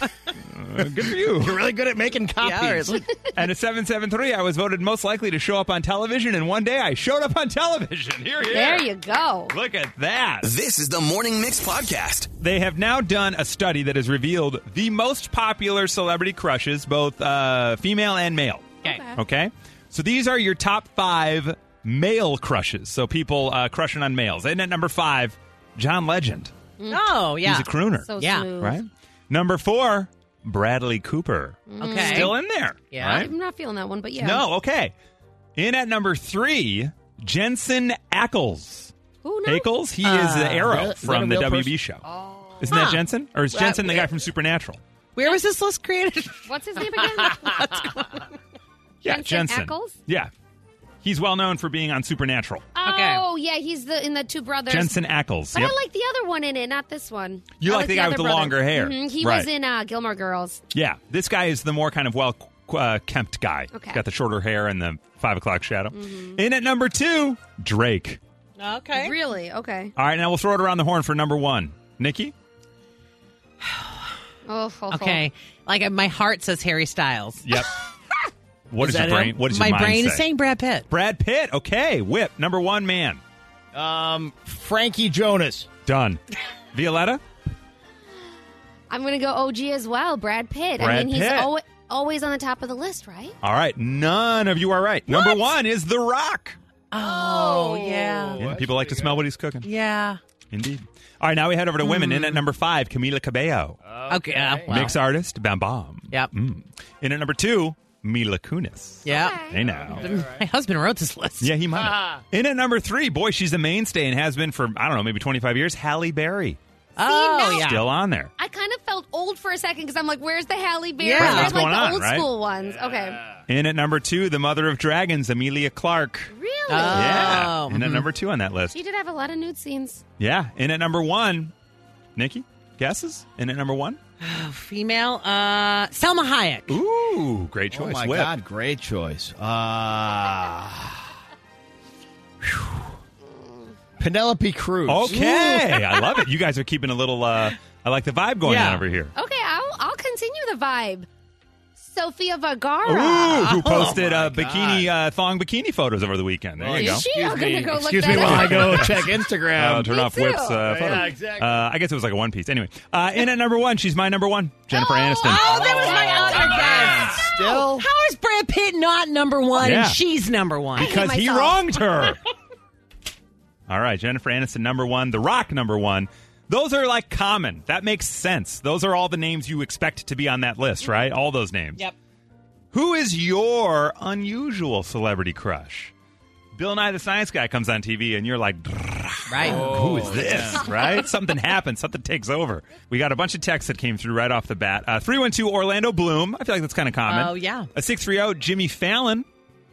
Speaker 1: Uh, good for you.
Speaker 4: You're really good at making
Speaker 2: Yeah,
Speaker 4: copies.
Speaker 2: or-
Speaker 1: And at 773, I was voted most likely to show up on television, and one day I showed up on television. Here, here.
Speaker 3: There you go.
Speaker 1: Look at that.
Speaker 5: This is the Morning Mix Podcast.
Speaker 1: They have now done a study that has revealed the most popular celebrity crushes, both uh, female and male.
Speaker 2: Okay.
Speaker 1: Okay? So these are your top five male crushes. So people uh, crushing on males. And at number five, John Legend.
Speaker 2: No, oh, yeah.
Speaker 1: He's a crooner,
Speaker 3: So
Speaker 2: Yeah.
Speaker 3: smooth.
Speaker 1: right? Number four, Bradley Cooper.
Speaker 2: okay.
Speaker 1: Still in there.
Speaker 2: Mm-hmm. Yeah.
Speaker 1: right?
Speaker 3: I'm not feeling that one, but yeah.
Speaker 1: No, okay. In at number three, Jensen Ackles.
Speaker 3: Who knows?
Speaker 1: Ackles, he is the arrow
Speaker 4: is that
Speaker 1: from
Speaker 4: a
Speaker 1: the
Speaker 4: real
Speaker 1: WB show.
Speaker 3: Oh.
Speaker 1: Isn't that
Speaker 2: Huh.
Speaker 1: Jensen? Or is
Speaker 2: That-
Speaker 1: Jensen the guy from Supernatural?
Speaker 2: Where was this list created?
Speaker 3: What's
Speaker 1: *laughs*
Speaker 3: his name again?
Speaker 1: Yeah,
Speaker 3: Jensen
Speaker 1: Jensen.
Speaker 3: Ackles?
Speaker 1: Yeah. He's well known for being on Supernatural.
Speaker 2: Okay.
Speaker 3: Oh, yeah, he's the in the two brothers.
Speaker 1: Jensen Ackles.
Speaker 3: But
Speaker 1: yep.
Speaker 3: I like the other one in it, not this one.
Speaker 1: You
Speaker 3: I
Speaker 1: like the guy with
Speaker 3: other
Speaker 1: the
Speaker 3: brother.
Speaker 1: longer hair.
Speaker 3: Mhm, He
Speaker 1: Right.
Speaker 3: was in uh, Gilmore Girls.
Speaker 1: yeah, this guy is the more kind of well uh, kempt guy.
Speaker 3: Okay. Mm-hmm.
Speaker 1: He's got the shorter hair and the five o'clock shadow. In at number two, Drake.
Speaker 2: Okay.
Speaker 3: Really? Okay.
Speaker 1: All right, now we'll throw it around the horn for number one. Nikki?
Speaker 3: Oh, ho, ho.
Speaker 2: Okay. Like uh, my heart says Harry Styles.
Speaker 3: *laughs*
Speaker 1: Yep. What is,
Speaker 4: that
Speaker 1: your brain?
Speaker 4: him?
Speaker 1: What is
Speaker 2: my
Speaker 1: your mind
Speaker 2: brain
Speaker 1: say?
Speaker 2: is saying Brad Pitt.
Speaker 1: Brad Pitt. Okay, whip number one man
Speaker 4: Um, Frankie Jonas.
Speaker 3: *laughs*
Speaker 1: done. Violetta.
Speaker 3: I'm going to go OG as well, Brad Pitt. I
Speaker 1: Brad
Speaker 3: mean, he's
Speaker 1: Pitt.
Speaker 3: al- always on the top of the list, right?
Speaker 1: All right, none of you are right. Number one is The Rock.
Speaker 2: Oh, yeah.
Speaker 1: Yeah, people like to smell what he's cooking.
Speaker 2: Yeah.
Speaker 1: Indeed. All right, now we head over to women. In at number five, Camila Cabello,
Speaker 2: Okay. yeah, well.
Speaker 1: mix artist, Bam Bam.
Speaker 2: Yep.
Speaker 1: Mm. In at number two, Mila Kunis.
Speaker 2: Yeah.
Speaker 1: Hey now.
Speaker 2: My husband wrote this list.
Speaker 1: Yeah, he might. have. In at number three, boy, she's a mainstay and has been for I don't know, maybe twenty five years. Halle Berry
Speaker 2: Oh, yeah.
Speaker 1: still on there.
Speaker 3: I kind of felt old for a second because I'm like, where's the Halle Berry?
Speaker 2: Yeah. Right,
Speaker 3: Where's
Speaker 1: what's
Speaker 3: like
Speaker 1: going
Speaker 3: the
Speaker 1: on,
Speaker 3: old
Speaker 1: right?
Speaker 3: school ones? Okay.
Speaker 1: In at number two, the mother of dragons, Amelia Clark.
Speaker 3: Really?
Speaker 2: Uh,
Speaker 1: Yeah.
Speaker 2: Oh.
Speaker 1: And at number two on that list.
Speaker 3: she did have a lot of nude scenes.
Speaker 1: Yeah. And at number one, Nikki, guesses? And at number one?
Speaker 2: Female. Uh, Selma Hayek.
Speaker 1: Ooh, great
Speaker 4: Oh
Speaker 1: choice.
Speaker 4: my
Speaker 1: Whip.
Speaker 4: God, great choice. Uh, whew. Penelope Cruz.
Speaker 1: Okay.
Speaker 4: *laughs*
Speaker 1: I love it. You guys are keeping a little, uh, I like the vibe going
Speaker 2: Yeah.
Speaker 1: on over
Speaker 4: *laughs*
Speaker 1: here.
Speaker 3: Okay, I'll, I'll continue the vibe. Sophia
Speaker 1: Ooh,
Speaker 3: Vergara.
Speaker 1: who posted
Speaker 4: Oh my
Speaker 1: uh, bikini, uh, thong bikini photos over the weekend. There
Speaker 4: Well,
Speaker 1: you
Speaker 3: Is
Speaker 1: go.
Speaker 3: she? I'm gonna go look
Speaker 4: Excuse
Speaker 3: that
Speaker 4: me while
Speaker 3: up.
Speaker 4: I go check
Speaker 1: I'll *laughs*
Speaker 4: Instagram.
Speaker 1: turn
Speaker 3: Me
Speaker 1: off
Speaker 3: too.
Speaker 1: Whip's uh, photo.
Speaker 4: Yeah, exactly.
Speaker 1: Uh, I guess it was like a one piece. Anyway, uh, in at number one, she's my number one, Jennifer
Speaker 3: Oh,
Speaker 1: Aniston.
Speaker 2: Oh, that was my other guess.
Speaker 4: Still,
Speaker 2: How is Brad Pitt not number one
Speaker 1: Yeah.
Speaker 2: and she's number one?
Speaker 1: because he
Speaker 3: myself.
Speaker 1: wronged
Speaker 4: *laughs*
Speaker 1: her. All right, Jennifer Aniston number one, The Rock number one. Those are like common. That makes sense. Those are all the names you expect to be on that list, right? All those names.
Speaker 2: Yep.
Speaker 1: Who is your unusual celebrity crush? Bill Nye the Science Guy comes on TV, and you're like, "Drrrr,
Speaker 2: Right.
Speaker 1: who is this? Right? Something happens. Something takes over. We got a bunch of texts that came through right off the bat. Uh, 312 Orlando Bloom. I feel like that's kind of common.
Speaker 2: Oh, yeah.
Speaker 1: A 630 Jimmy Fallon.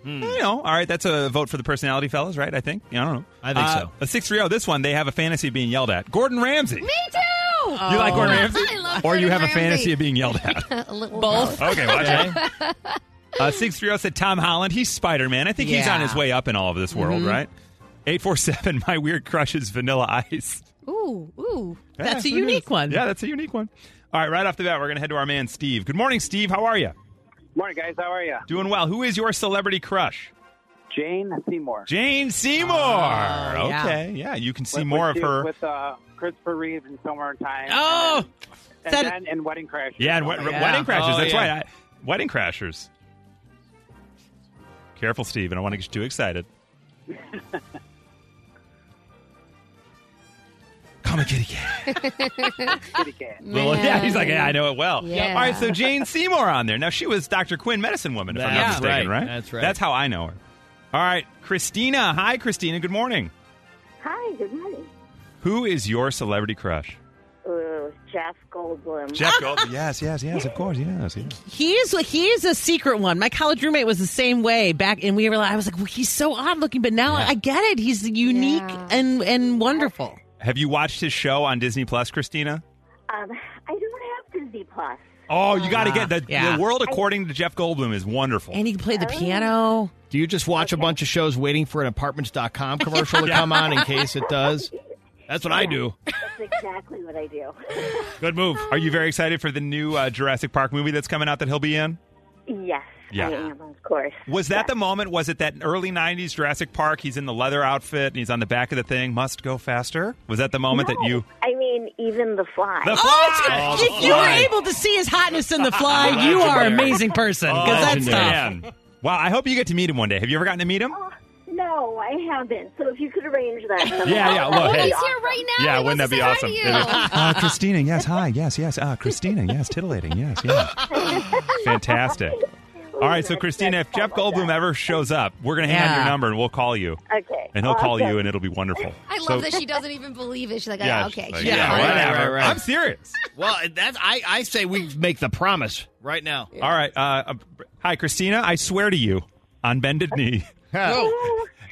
Speaker 1: You know, all right, that's a vote for the personality fellas, right? I think. Yeah, I don't know.
Speaker 4: I think
Speaker 1: Uh,
Speaker 4: so.
Speaker 1: A 630, this one, they have a fantasy of being yelled at. Gordon Ramsay.
Speaker 3: Me too.
Speaker 1: You like Gordon Ramsay?
Speaker 3: I love
Speaker 1: or you
Speaker 3: Gordon
Speaker 1: have a
Speaker 3: Ramsay. *laughs*
Speaker 1: fantasy of being yelled at.
Speaker 3: a little
Speaker 2: Uh, Both.
Speaker 1: Okay, watch out. Uh, 630 said Tom Holland. He's Spider Man. I think he's on
Speaker 2: Yeah. Mm-hmm.
Speaker 1: his way up in all of this world, right? 847, My Weird Crush is Vanilla Ice.
Speaker 3: Ooh, ooh.
Speaker 1: Yeah,
Speaker 2: *laughs* That's a
Speaker 1: who knew?
Speaker 2: unique one.
Speaker 1: Yeah, that's a unique one. All right, right off the bat, we're going to head to our man, Steve. Good morning, Steve. How are you?
Speaker 8: Morning, guys. How are you?
Speaker 1: Doing well. Who is your celebrity crush?
Speaker 8: Jane Seymour.
Speaker 1: Jane Seymour.
Speaker 2: Oh, yeah.
Speaker 1: okay, yeah. you can see
Speaker 8: With-
Speaker 1: more of
Speaker 8: with you-
Speaker 1: her.
Speaker 8: with uh, Christopher Reeve in Somewhere in Time.
Speaker 2: Oh,
Speaker 8: and, then-
Speaker 2: that-
Speaker 8: and then in Wedding Crash.
Speaker 1: yeah, and wed-
Speaker 2: yeah.
Speaker 1: Wedding Crashers.
Speaker 4: Oh,
Speaker 1: that's
Speaker 4: yeah.
Speaker 1: right. I, wedding Crashers. Careful, Steve. I don't want to get you too
Speaker 4: *laughs*
Speaker 1: excited. Come and kitty cat.
Speaker 8: Kitty Cat.
Speaker 1: Well, yeah, he's like, yeah, I know it well.
Speaker 3: Yeah.
Speaker 1: All right, so Jane Seymour on there. Now, she was Dr. Quinn, medicine woman, if I'm not
Speaker 4: That's
Speaker 1: mistaken,
Speaker 4: right.
Speaker 1: right?
Speaker 4: That's right.
Speaker 1: That's how I know her. All right, Christina. Hi, Christina. Good morning.
Speaker 6: Hi, good morning.
Speaker 1: Who is your celebrity crush?
Speaker 6: Uh, Jeff Goldblum.
Speaker 1: Jeff Goldblum. yes, yes, yes, of course, yes, yes.
Speaker 2: He is he is a secret one. My college roommate was the same way back, and we were like, I was like, well, he's so odd looking, but now I get it. He's unique
Speaker 3: Yeah.
Speaker 2: and and wonderful.
Speaker 1: Have you watched his show on Disney Plus, Christina?
Speaker 6: Um, I don't have Disney Plus.
Speaker 1: Oh, you got to get the,
Speaker 2: Uh-huh. yeah.
Speaker 1: the world according to Jeff Goldblum is wonderful.
Speaker 2: And he can play the piano.
Speaker 4: Do you just watch a bunch of shows waiting for
Speaker 1: *laughs*
Speaker 4: an apartments.com commercial to come on in case it does? That's what I do.
Speaker 6: That's exactly what I do.
Speaker 1: Good move.
Speaker 2: Oh.
Speaker 1: Are you very excited for the new uh, Jurassic Park movie that's coming out that he'll be in?
Speaker 6: Yes,
Speaker 1: Yeah.
Speaker 6: I am, of course.
Speaker 1: Was that the moment? Was it that early '90s Jurassic Park? He's in the leather outfit and he's on the back of the thing. Must go faster. Was that the moment that you?
Speaker 6: I mean, even the fly.
Speaker 1: The
Speaker 2: Oh,
Speaker 1: fly!
Speaker 2: it's- if you were able to see his hotness in the fly, you are an amazing person. Because that's tough.
Speaker 1: Man. Wow, I hope you get to meet him one day. Have you ever gotten to meet him?
Speaker 6: no, I haven't. So if you could arrange
Speaker 1: *laughs*
Speaker 6: that. somehow.
Speaker 1: Yeah, yeah. Look,
Speaker 3: Well,
Speaker 1: hey.
Speaker 3: he's here right now.
Speaker 1: Yeah,
Speaker 3: He
Speaker 1: wouldn't that
Speaker 3: wants
Speaker 1: be
Speaker 3: to say hi
Speaker 1: awesome?
Speaker 3: to you.
Speaker 1: Uh, *laughs* Christina, yes, hi, yes, yes. Uh, Christina, yes, titillating, yes, yes. *laughs* Fantastic. All right, so
Speaker 6: That's-
Speaker 1: Christina,
Speaker 6: that's
Speaker 1: if Jeff
Speaker 6: fun like
Speaker 1: Goldblum
Speaker 6: that.
Speaker 1: ever shows up, we're going to hang out your
Speaker 2: Yeah.
Speaker 1: number and we'll call you.
Speaker 6: Okay.
Speaker 1: And he'll call
Speaker 6: awesome.
Speaker 1: you and it'll be wonderful.
Speaker 3: I love that she doesn't even believe it. She's like,
Speaker 1: Yeah,
Speaker 3: oh, okay.
Speaker 1: she's like,
Speaker 3: sure.
Speaker 1: yeah,
Speaker 4: right, right,
Speaker 1: whatever.
Speaker 4: right, right.
Speaker 1: I'm serious.
Speaker 4: Well, that's I, I say we make the promise right now.
Speaker 1: All right. Uh, uh, hi, Christina. I swear to you, on bended knee,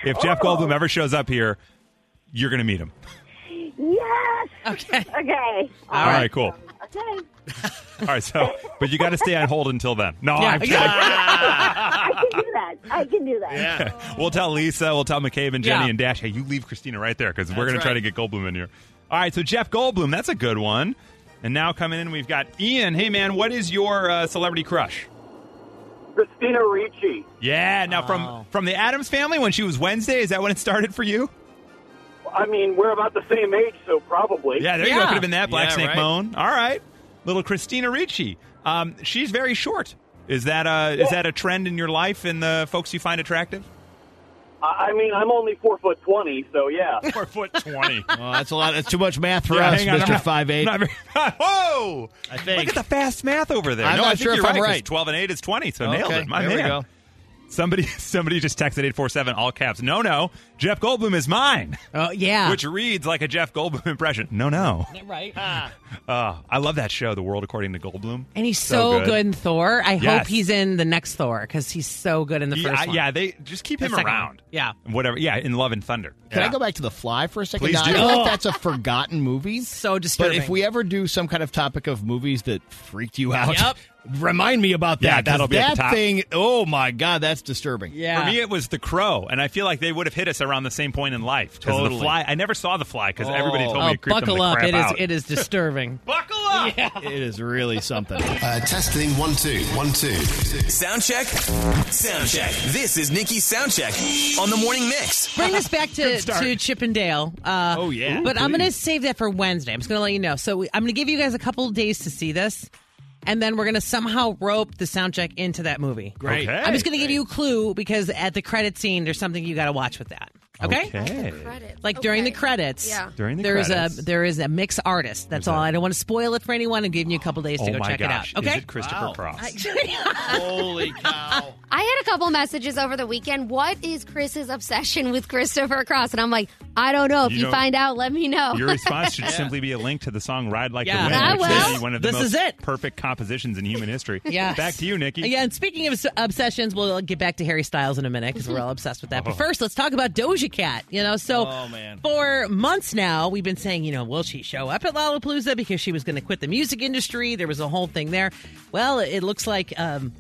Speaker 1: if Jeff Goldblum ever shows up here, you're going to meet him.
Speaker 6: Yes.
Speaker 2: Okay.
Speaker 1: *laughs*
Speaker 6: Okay.
Speaker 1: All right, cool.
Speaker 6: Okay.
Speaker 1: All right, so, but you got to stay on hold until then. No,
Speaker 2: Yeah,
Speaker 1: I'm kidding. *laughs*
Speaker 6: I can do that. I can do that.
Speaker 1: We'll tell Lisa, we'll tell McCabe and Jenny
Speaker 2: Yeah.
Speaker 1: and Dash, hey, you leave Christina right there because we're
Speaker 4: That's
Speaker 1: going to try
Speaker 4: right.
Speaker 1: to get Goldblum in here. All right, so Jeff Goldblum, that's a good one. And now coming in, we've got Ian. Hey, man, what is your uh, celebrity crush?
Speaker 8: Christina Ricci.
Speaker 1: Yeah, now from
Speaker 2: Oh.
Speaker 1: from the Adams family when she was Wednesday, is that when it started for you?
Speaker 8: I mean, we're about the same age, so probably.
Speaker 1: Yeah, there you go.
Speaker 2: Yeah.
Speaker 1: Could have been that Black
Speaker 4: Yeah,
Speaker 1: Snake
Speaker 4: right.
Speaker 1: Moan. All right, little Christina Ricci. Um, she's very short. Is that a is that a trend in your life and the folks you find attractive?
Speaker 8: I I mean, I'm only four foot twenty, so yeah.
Speaker 1: Four foot twenty.
Speaker 4: Well, that's a lot. That's too much math for
Speaker 1: Yeah,
Speaker 4: us,
Speaker 1: hang on, I'm
Speaker 4: Mister
Speaker 1: not-
Speaker 4: Five Eight.
Speaker 1: I'm not very- *laughs* whoa!
Speaker 4: I think.
Speaker 1: Look at the fast math over there.
Speaker 4: I'm
Speaker 1: no,
Speaker 4: not
Speaker 1: I think
Speaker 4: sure
Speaker 1: you're
Speaker 4: if I'm
Speaker 1: 'cause
Speaker 4: right. Oh,
Speaker 1: Twelve and eight is twenty, so nailed
Speaker 4: Okay,
Speaker 1: it. My
Speaker 4: there we
Speaker 1: man.
Speaker 4: go.
Speaker 1: Somebody, *laughs* somebody just texted eight four seven all caps. No, no, Jeff Goldblum is mine,
Speaker 2: Oh yeah.
Speaker 1: which reads like a Jeff Goldblum *laughs* impression. No, no.
Speaker 2: right.
Speaker 1: Uh, I love that show, The World According to Goldblum.
Speaker 2: And he's so, good. in Thor. I
Speaker 1: Yes.
Speaker 2: hope he's in the next Thor because he's so good in the
Speaker 1: yeah,
Speaker 2: first one.
Speaker 1: yeah, they just keep
Speaker 2: The
Speaker 1: him
Speaker 2: second one.
Speaker 1: around.
Speaker 2: Yeah.
Speaker 1: whatever. Yeah, in Love and Thunder.
Speaker 4: Can
Speaker 1: yeah.
Speaker 4: I go back to the Fly for a second?
Speaker 1: Please
Speaker 4: Now,
Speaker 1: do. Oh.
Speaker 4: I feel like that's a forgotten
Speaker 1: *laughs*
Speaker 4: movie.
Speaker 2: So
Speaker 4: But
Speaker 2: disturbing.
Speaker 4: if we ever do some kind of topic of movies that freaked you out,
Speaker 2: Yep.
Speaker 4: *laughs* remind me about that.
Speaker 1: Yeah,
Speaker 4: 'cause
Speaker 1: that'll be at
Speaker 4: that
Speaker 1: the top.
Speaker 4: thing. Oh my God, that's disturbing.
Speaker 2: yeah.
Speaker 1: For me, it was The Crow, and I feel like they would have hit us around the same point in life. 'cause of
Speaker 4: Totally.
Speaker 1: The Fly. I never saw The Fly because everybody told me
Speaker 2: oh,
Speaker 1: it creeped them
Speaker 2: buckle
Speaker 1: the
Speaker 2: up.
Speaker 1: crap
Speaker 2: It is
Speaker 1: out. *laughs*
Speaker 2: it is disturbing.
Speaker 1: buckle up.
Speaker 4: It is really
Speaker 1: *laughs*
Speaker 4: something.
Speaker 9: Uh, testing one two one two.
Speaker 5: Sound check. Sound check. This is Nikki's sound check on the morning mix.
Speaker 2: Bring us
Speaker 1: *laughs*
Speaker 2: back to, to Chippendale. Uh,
Speaker 4: Oh, yeah.
Speaker 2: But
Speaker 4: Ooh,
Speaker 2: I'm going to save that for Wednesday. I'm just going to let you know. So we- I'm going to give you guys a couple of days to see this, and then we're going to somehow rope the sound check into that movie.
Speaker 4: Great.
Speaker 1: Okay.
Speaker 2: I'm just going to give you a clue because at the credit scene, there's something you got to watch with that. Okay.
Speaker 1: Oh
Speaker 3: Credits.
Speaker 2: Like during the
Speaker 3: Okay.
Speaker 2: credits,
Speaker 3: Yeah.
Speaker 1: During the
Speaker 2: there's
Speaker 1: credits.
Speaker 2: a there is a mix artist. That's all. I I don't want to spoil it for anyone. I'm giving you a couple days to
Speaker 1: Oh
Speaker 2: go
Speaker 1: my
Speaker 2: check
Speaker 1: gosh!
Speaker 2: it out. Okay.
Speaker 1: Is it Christopher
Speaker 4: Wow.
Speaker 1: Cross?
Speaker 2: *laughs*
Speaker 4: Holy cow!
Speaker 3: I had a couple messages over the weekend. What is Chris's obsession with Christopher Cross? And I'm like, I don't know. If
Speaker 1: You
Speaker 3: you,
Speaker 1: know-
Speaker 3: find out, let me know.
Speaker 1: Your response should simply be a link to the song "Ride Like
Speaker 2: Yeah.
Speaker 1: the
Speaker 3: Ah,
Speaker 1: Wind," which may
Speaker 3: well,
Speaker 1: be one of the
Speaker 2: this
Speaker 1: most
Speaker 2: is it.
Speaker 1: perfect compositions in human history.
Speaker 2: Yes.
Speaker 1: Back to you, Nikki.
Speaker 2: Yeah, and speaking of s- obsessions, we'll get back to Harry Styles in a minute because we're all obsessed with
Speaker 1: Oh.
Speaker 2: that. But first, let's talk about Doja Cat. You know, so
Speaker 4: Oh, man.
Speaker 2: for months now, we've been saying, you know, will she show up at Lollapalooza because she was going to quit the music industry? There was a whole thing there. Well, it looks like um,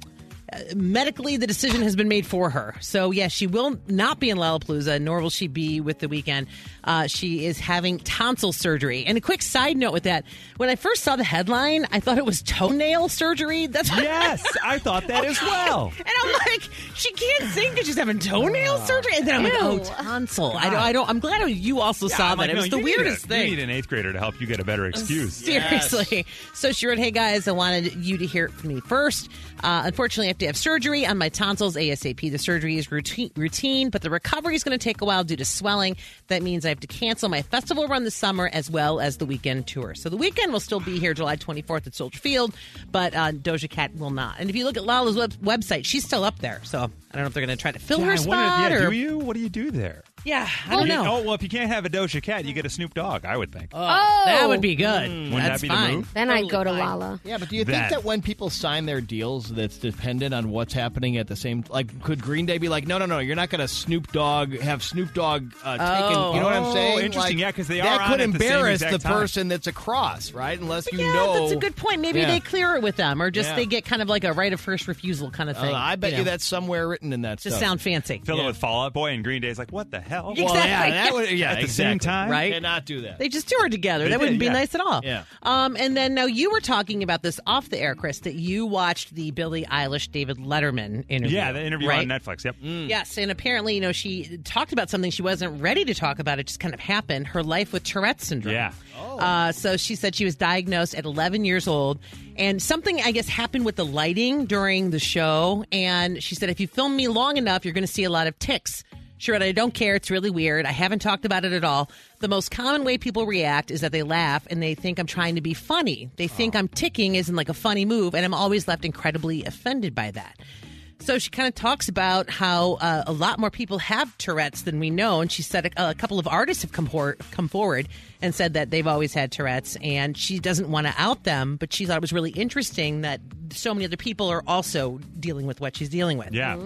Speaker 2: uh, medically, the decision has been made for her. So, yes, she will not be in Lollapalooza, nor will she be with the weekend. Uh, she is having tonsil surgery. And a quick side note with that when I first saw the headline, I thought it was toenail surgery. That's
Speaker 1: Yes, I thought that as well.
Speaker 2: *laughs* And I'm like, she can't sing because she's having toenail surgery. And then I'm
Speaker 3: Ew.
Speaker 2: like, oh, tonsil. I don't, I don't. I'm glad you also saw that.
Speaker 1: I'm like,
Speaker 2: Ah, it
Speaker 1: no,
Speaker 2: was
Speaker 1: you
Speaker 2: the
Speaker 1: need a-
Speaker 2: weirdest thing.
Speaker 1: You need an eighth grader to help you get a better excuse.
Speaker 2: Seriously. So she wrote, Hey guys, I wanted you to hear it from me first. Uh, unfortunately, I have to have surgery on my tonsils ASAP. The surgery is routine, routine but the recovery is going to take a while due to swelling. That means I have to cancel my festival run this summer as well as the weekend tour. So the weekend will still be here July 24th at Soldier Field, but uh, Doja Cat will not. And if you look at Lala's web- website, she's still up there. So I don't know if they're going to try to fill
Speaker 1: Yeah,
Speaker 2: her
Speaker 1: I wondered,
Speaker 2: spot
Speaker 1: yeah,
Speaker 2: or.
Speaker 1: do you? What do you do there?
Speaker 2: Yeah, I don't
Speaker 1: You-
Speaker 2: know.
Speaker 1: Oh, well, if you can't have a Doja Cat, you get a Snoop Dogg, I would think.
Speaker 3: *laughs* Oh,
Speaker 2: That would be good.
Speaker 1: Wouldn't
Speaker 2: That's
Speaker 1: Mm. that be the
Speaker 2: fine.
Speaker 1: move?
Speaker 3: Then I'd go to
Speaker 2: Totally fine.
Speaker 3: Lala.
Speaker 4: Yeah, but do you
Speaker 1: That.
Speaker 4: think that when people sign their deals, that's dependent on what's happening at the same? Like, could Green Day be like, no, no, no, you're not going to Snoop Dogg have Snoop Dogg uh, taken? You know what
Speaker 1: Oh,
Speaker 4: I'm saying?
Speaker 1: interesting.
Speaker 4: Like,
Speaker 1: Yeah, 'cause they
Speaker 4: that
Speaker 1: are on
Speaker 4: could
Speaker 1: at the same
Speaker 4: embarrass
Speaker 1: exact
Speaker 4: the
Speaker 1: time.
Speaker 4: person that's across, right? Unless you
Speaker 2: yeah,
Speaker 4: know
Speaker 2: that's a good point. Maybe
Speaker 4: Yeah.
Speaker 2: they clear it with them, or just
Speaker 4: Yeah.
Speaker 2: they get kind of like a right of first refusal kind of
Speaker 4: I don't
Speaker 2: thing.
Speaker 4: know, Uh, I bet you,
Speaker 2: know,
Speaker 4: that's somewhere written in that.
Speaker 2: to
Speaker 4: stuff.
Speaker 2: sound fancy.
Speaker 1: Fill it with Fallout Boy and Green Day's like, what the hell?
Speaker 4: Well, yeah,
Speaker 2: Exactly.
Speaker 4: that would, yeah,
Speaker 1: At the
Speaker 4: exactly.
Speaker 1: same time?
Speaker 2: Right.
Speaker 4: Cannot do that.
Speaker 2: They just toured together.
Speaker 1: They
Speaker 2: that
Speaker 1: did,
Speaker 2: wouldn't be
Speaker 1: yeah.
Speaker 2: nice at all.
Speaker 4: Yeah.
Speaker 2: Um, and then now you were talking about this off the air, Chris, that you watched the Billie Eilish David Letterman interview.
Speaker 1: Yeah, the interview
Speaker 2: right?
Speaker 1: on Netflix. Yep.
Speaker 2: Yes, and apparently, you know, she talked about something she wasn't ready to talk about. It just kind of happened. Her life with Tourette's syndrome.
Speaker 1: Yeah.
Speaker 2: Uh, so she said she was diagnosed at 11 years old, and something I guess happened with the lighting during the show. And she said, if you film me long enough, you're going to see a lot of ticks. She wrote, I don't care. It's really weird. I haven't talked about it at all. The most common way people react is that they laugh and they think I'm trying to be funny. They think I'm ticking isn't like a funny move, and I'm always left incredibly offended by that. So she kind of talks about how uh, a lot more people have Tourette's than we know, and she said a, a couple of artists have come, hor- come forward and said that they've always had Tourette's, and she doesn't want to out them, but she thought it was really interesting that so many other people are also dealing with what she's dealing with.
Speaker 1: Yeah.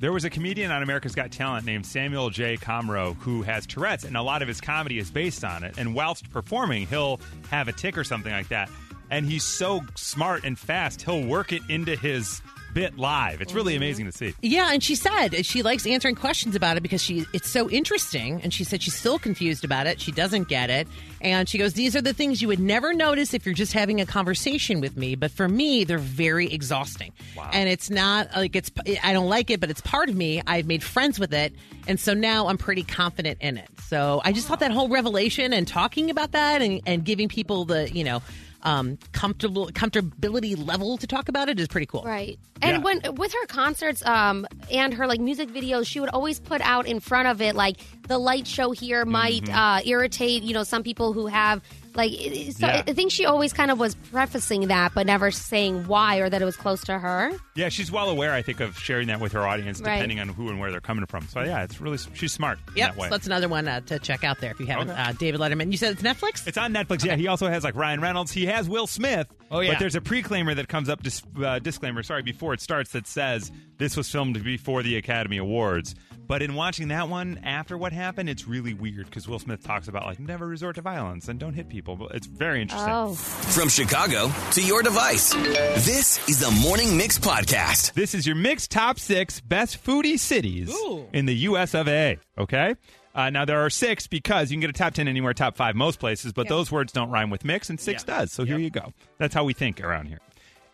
Speaker 1: There was a comedian on America's Got Talent named Samuel J. Comro who has Tourette's, and a lot of his comedy is based on it. And whilst performing, he'll have a tick or something like that. And he's so smart and fast, he'll work it into his bit live. It's
Speaker 2: Mm-hmm.
Speaker 1: really amazing to see.
Speaker 2: Yeah, and she said she likes answering questions about it because she it's so interesting. And she said she's still confused about it. She doesn't get it. And she goes, These are the things you would never notice if you're just having a conversation with me. But for me, they're very exhausting. And it's not like it's, I don't like it, but it's part of me. I've made friends with it. And so now I'm pretty confident in it. So I just thought that whole revelation and talking about that and, and giving people the, you know, um, comfortable comfortability level to talk about it is pretty cool.
Speaker 3: Right.
Speaker 1: Yeah.
Speaker 3: And when with her concerts um and her like music videos, she would always put out in front of it like the light show here might
Speaker 1: Mm-hmm.
Speaker 3: uh irritate, you know, some people who have like it- it- so
Speaker 1: Yeah.
Speaker 3: I think she always kind of was prefacing that but never saying why or that it was close to her.
Speaker 1: Yeah, she's well aware, I think, of sharing that with her audience,
Speaker 3: Right.
Speaker 1: depending on who and where they're coming from. So, yeah, it's really, she's smart in
Speaker 2: Yep,
Speaker 1: that way.
Speaker 2: so that's another one uh, to check out there if you haven't.
Speaker 1: Okay.
Speaker 2: Uh, David Letterman. You said it's Netflix?
Speaker 1: It's on Netflix. Yeah, he also has like Ryan Reynolds. He has Will Smith.
Speaker 4: Oh, yeah.
Speaker 1: But there's a preclaimer that comes up, dis- uh, disclaimer, sorry, before it starts that says this was filmed before the Academy Awards. But in watching that one after what happened, it's really weird because Will Smith talks about like never resort to violence and don't hit people. But it's very interesting.
Speaker 3: Oh.
Speaker 5: From Chicago to your device, this is the Morning Mix Podcast.
Speaker 1: This is your mixed top six best foodie cities
Speaker 2: Ooh.
Speaker 1: in the U.S. of A. Okay. Uh, now there are six because you can get a top ten anywhere, top five most places, but those words don't rhyme with mix, and six does. So here you go. That's how we think around here.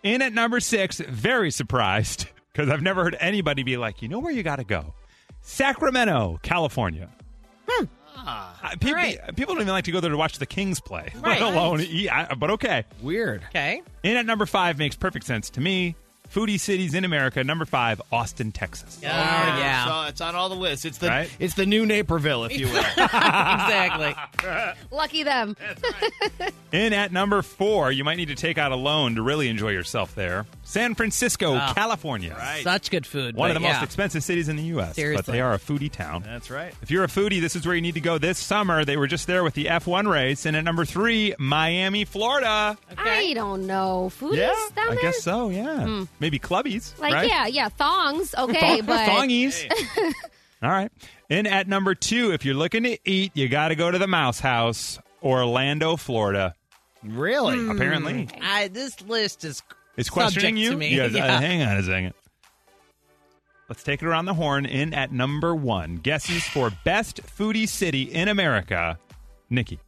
Speaker 1: In at number six, very surprised *laughs* because I've never heard anybody be like, you know where you got to go, Sacramento, California. Uh, people,
Speaker 2: Hmm. Ah, right.
Speaker 1: people don't even like to go there to watch the Kings play, *laughs*
Speaker 2: Right.
Speaker 1: let alone eat. I- But okay.
Speaker 4: Weird.
Speaker 1: *laughs*
Speaker 2: okay.
Speaker 1: In at number five makes perfect sense to me. Foodie cities in America. Number five, Austin, Texas.
Speaker 2: Oh, yeah.
Speaker 4: So it's on all the lists. It's the
Speaker 1: Right?
Speaker 4: it's the new Naperville, if you will.
Speaker 2: exactly.
Speaker 3: Lucky them.
Speaker 1: In at number four, you might need to take out a loan to really enjoy yourself there. San Francisco, California. Right.
Speaker 2: Such good food.
Speaker 1: One of
Speaker 2: but
Speaker 1: the most
Speaker 2: Ah. yeah.
Speaker 1: expensive cities in the U.S., but
Speaker 2: Seriously.
Speaker 1: they are a foodie town.
Speaker 4: That's right.
Speaker 1: If you're a foodie, this is where you need to go this summer. They were just there with the F1 race. And at number three, Miami, Florida.
Speaker 3: I don't know. Foodies down
Speaker 1: I
Speaker 3: there?
Speaker 1: guess so, yeah.
Speaker 2: Hmm.
Speaker 1: Maybe clubbies.
Speaker 3: Like
Speaker 1: right?
Speaker 3: yeah, yeah, thongs,
Speaker 1: *laughs*
Speaker 3: okay,
Speaker 1: Thong-
Speaker 3: but
Speaker 1: thongies.
Speaker 3: *laughs*
Speaker 1: All right. And at number two, if you're looking to eat, you got to go to the Mouse House, Orlando, Florida.
Speaker 4: Really?
Speaker 1: Apparently,
Speaker 2: I, this list is
Speaker 1: it's questioning
Speaker 2: Mm. subject
Speaker 1: you.
Speaker 2: to me.
Speaker 1: Yes, uh,
Speaker 2: Yeah.
Speaker 1: hang on a second. Let's take it around the horn in at number one. Guesses for best foodie city in America. Nikki.